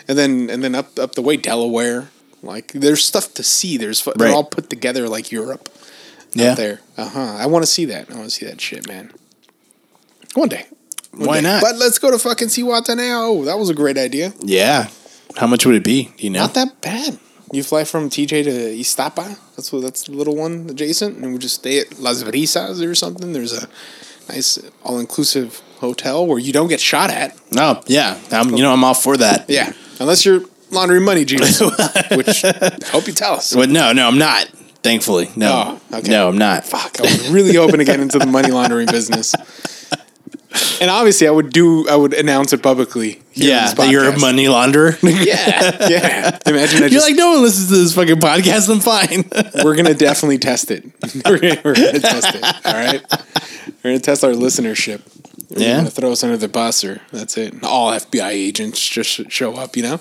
and then and then up up the way Delaware. Like there's stuff to see. There's fu- they're
Right.
all put together like Europe
Yeah.
there. Uh huh. I want to see that. I want to see that shit, man. One day. One
Why
day.
not?
But let's go to fucking Siwata now. Oh, that was a great idea.
Yeah. How much would it be? You know.
Not that bad. You fly from TJ to Iztapa. That's what that's the little one adjacent, and we just stay at Las Brisas or something. There's a nice all inclusive hotel where you don't get shot at.
Oh yeah. I'm, you know I'm all for that.
Yeah, unless you're laundering
<laughs>
money, Jesus. which I hope you tell us.
But no, no, I'm not. Thankfully, no,
Oh, okay.
no, I'm not.
Fuck, I was really hoping to get into the money laundering business. And obviously, I would do. I would announce it publicly. here on
Yeah,
this
that you're a
podcast.
money launderer.
Yeah, yeah. Imagine
<laughs>
I
You're
just,
like no one listens to this fucking podcast. I'm fine.
we're gonna definitely test it. <laughs> we're, gonna, we're gonna test it. All right, we're gonna test our listenership.
<laughs>
We're
Yeah.
gonna throw us under the bus, or that's it. And all FBI agents just sh- show up, you know,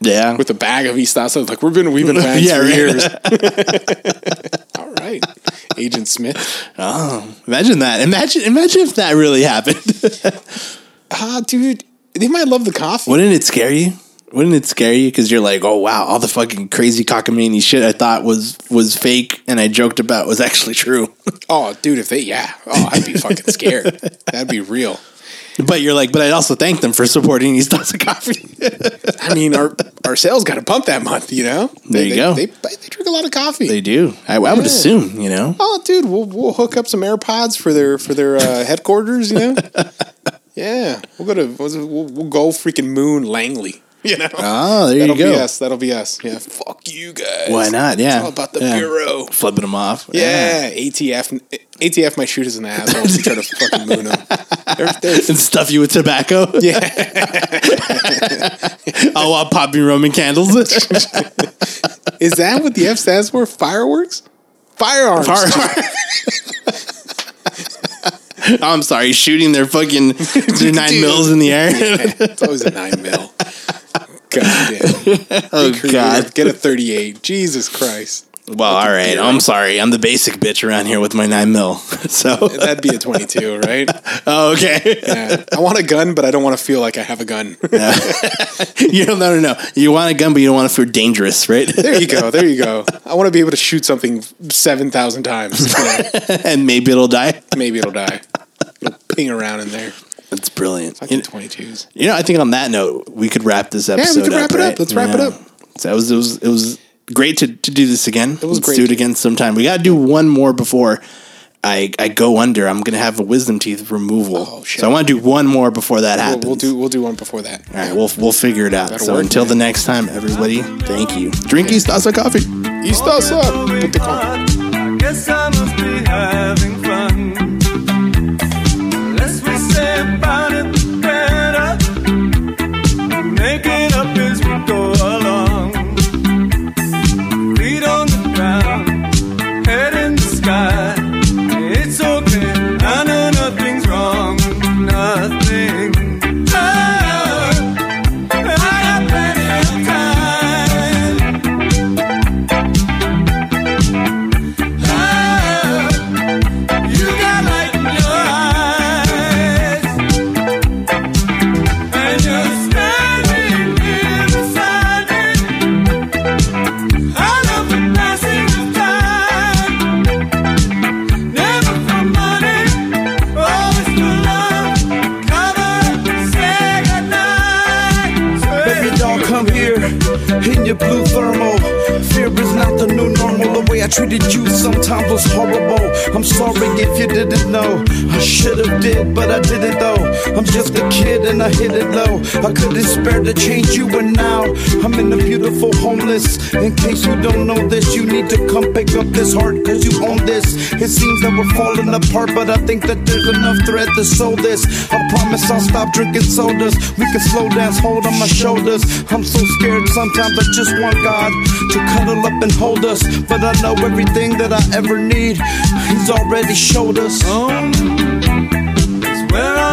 yeah, <laughs>
with a bag of East Like we've been, we've been fans
Yeah,
for
right.
years. <laughs> all right, Agent Smith.
Oh, imagine that. Imagine, imagine if that really happened. <laughs>
Ah, dude, they might love the coffee.
Wouldn't it scare you? Wouldn't it scare you? Because you're like, oh wow, all the fucking crazy cockamamie shit I thought was was fake and I joked about was actually true. <laughs>
Oh, dude, if they, yeah. Oh, I'd be fucking scared. That'd be real.
but you're like, but I'd also thank them for supporting <laughs> East Austin Coffee.
I mean, our our sales got to pump that month, you know.
There
they,
you
they,
go.
They, they, drink a lot of coffee.
<laughs> they do. I, I would assume, you know.
oh, dude, we'll we'll hook up some AirPods for their for
<laughs>
their uh, headquarters, you know. yeah, we'll go to what's it- we'll, we'll go freaking moon Langley, you know.
Oh, there
That'll
you go.
be us. That'll be us. Yeah. Fuck you guys.
Why not? Yeah.
It's all about the
Yeah.
bureau.
Flipping them off.
Yeah, ATF. ATF might shoot us in the asshole if we try to fucking moon them. They're, they're
And stuff you with tobacco. Yeah. <laughs> oh, while popping Roman <laughs> candles.
Is that what the F stands for? Fireworks? Firearms.
I'm sorry, shooting their fucking their nine
Dude.
mils in the air.
<laughs> it's always a nine mil. God
<laughs> <laughs>
damn.
oh God.
Get a 38. Jesus Christ.
Well, all right. I'm sorry. I'm the basic bitch around here with my nine mil. <laughs> So
That'd be a 22, right?
oh, okay. <laughs>
Yeah. <laughs> I want a gun, but I don't want to feel like I have a gun.
You don't no no no. You want a gun, but you don't want to feel dangerous, right? <laughs>
there you go. There you go. I want to be able to shoot something 7,000 times. you know? <laughs>
and maybe it'll die.
Maybe it'll die. It'll ping around in there.
That's brilliant.
Fucking
You,
22s.
you know, I think on that note, we could wrap this
we
episode.
could wrap
up,
it up.
right?
Let's wrap it
Yeah.
up.
So that was it was it was great to, to do this again. It
was
Let's
great.
Do it again sometime. We got to do one more before. I, I go under. I'm gonna have a wisdom teeth removal,
Oh, shit.
so I want to do one more before that
We'll,
happens.
we'll do we'll do one before that.
All right, we'll we'll figure it out.
That'll
so
work,
until
man.
the next time, everybody, thank you. Drink East Asa coffee.
East us up. Put the con-
I guess I must be having fun. Less we say about it, the better. Make it up as we go along. Feet on the ground, head in the sky. It's okay. I know nothing's wrong. Nothing. Oh, I have plenty of time. You got light in your eyes, and you're standing here beside me. I love the passing of time, never for money, always for love. Cover, say
Baby
goodnight,
doll, come here in your blue thermal. Fear is not the new normal. The way I treated you sometimes was horrible. I'm sorry if you didn't know. I should have did, but I didn't though. I'm just a kid and I hit it low. I couldn't spare to change you, and now I'm in a beautiful homeless. In case you don't know this, you need to come pick up this heart, cause you own this. It seems that we're falling apart, but I think that there's enough thread to sew this. I promise I'll stop drinking sodas. We can slow dance, hold on my shoulders. I'm so scared sometimes I just want God to cuddle up and hold us. But I know everything that I ever need, He's already showed us.
home is where I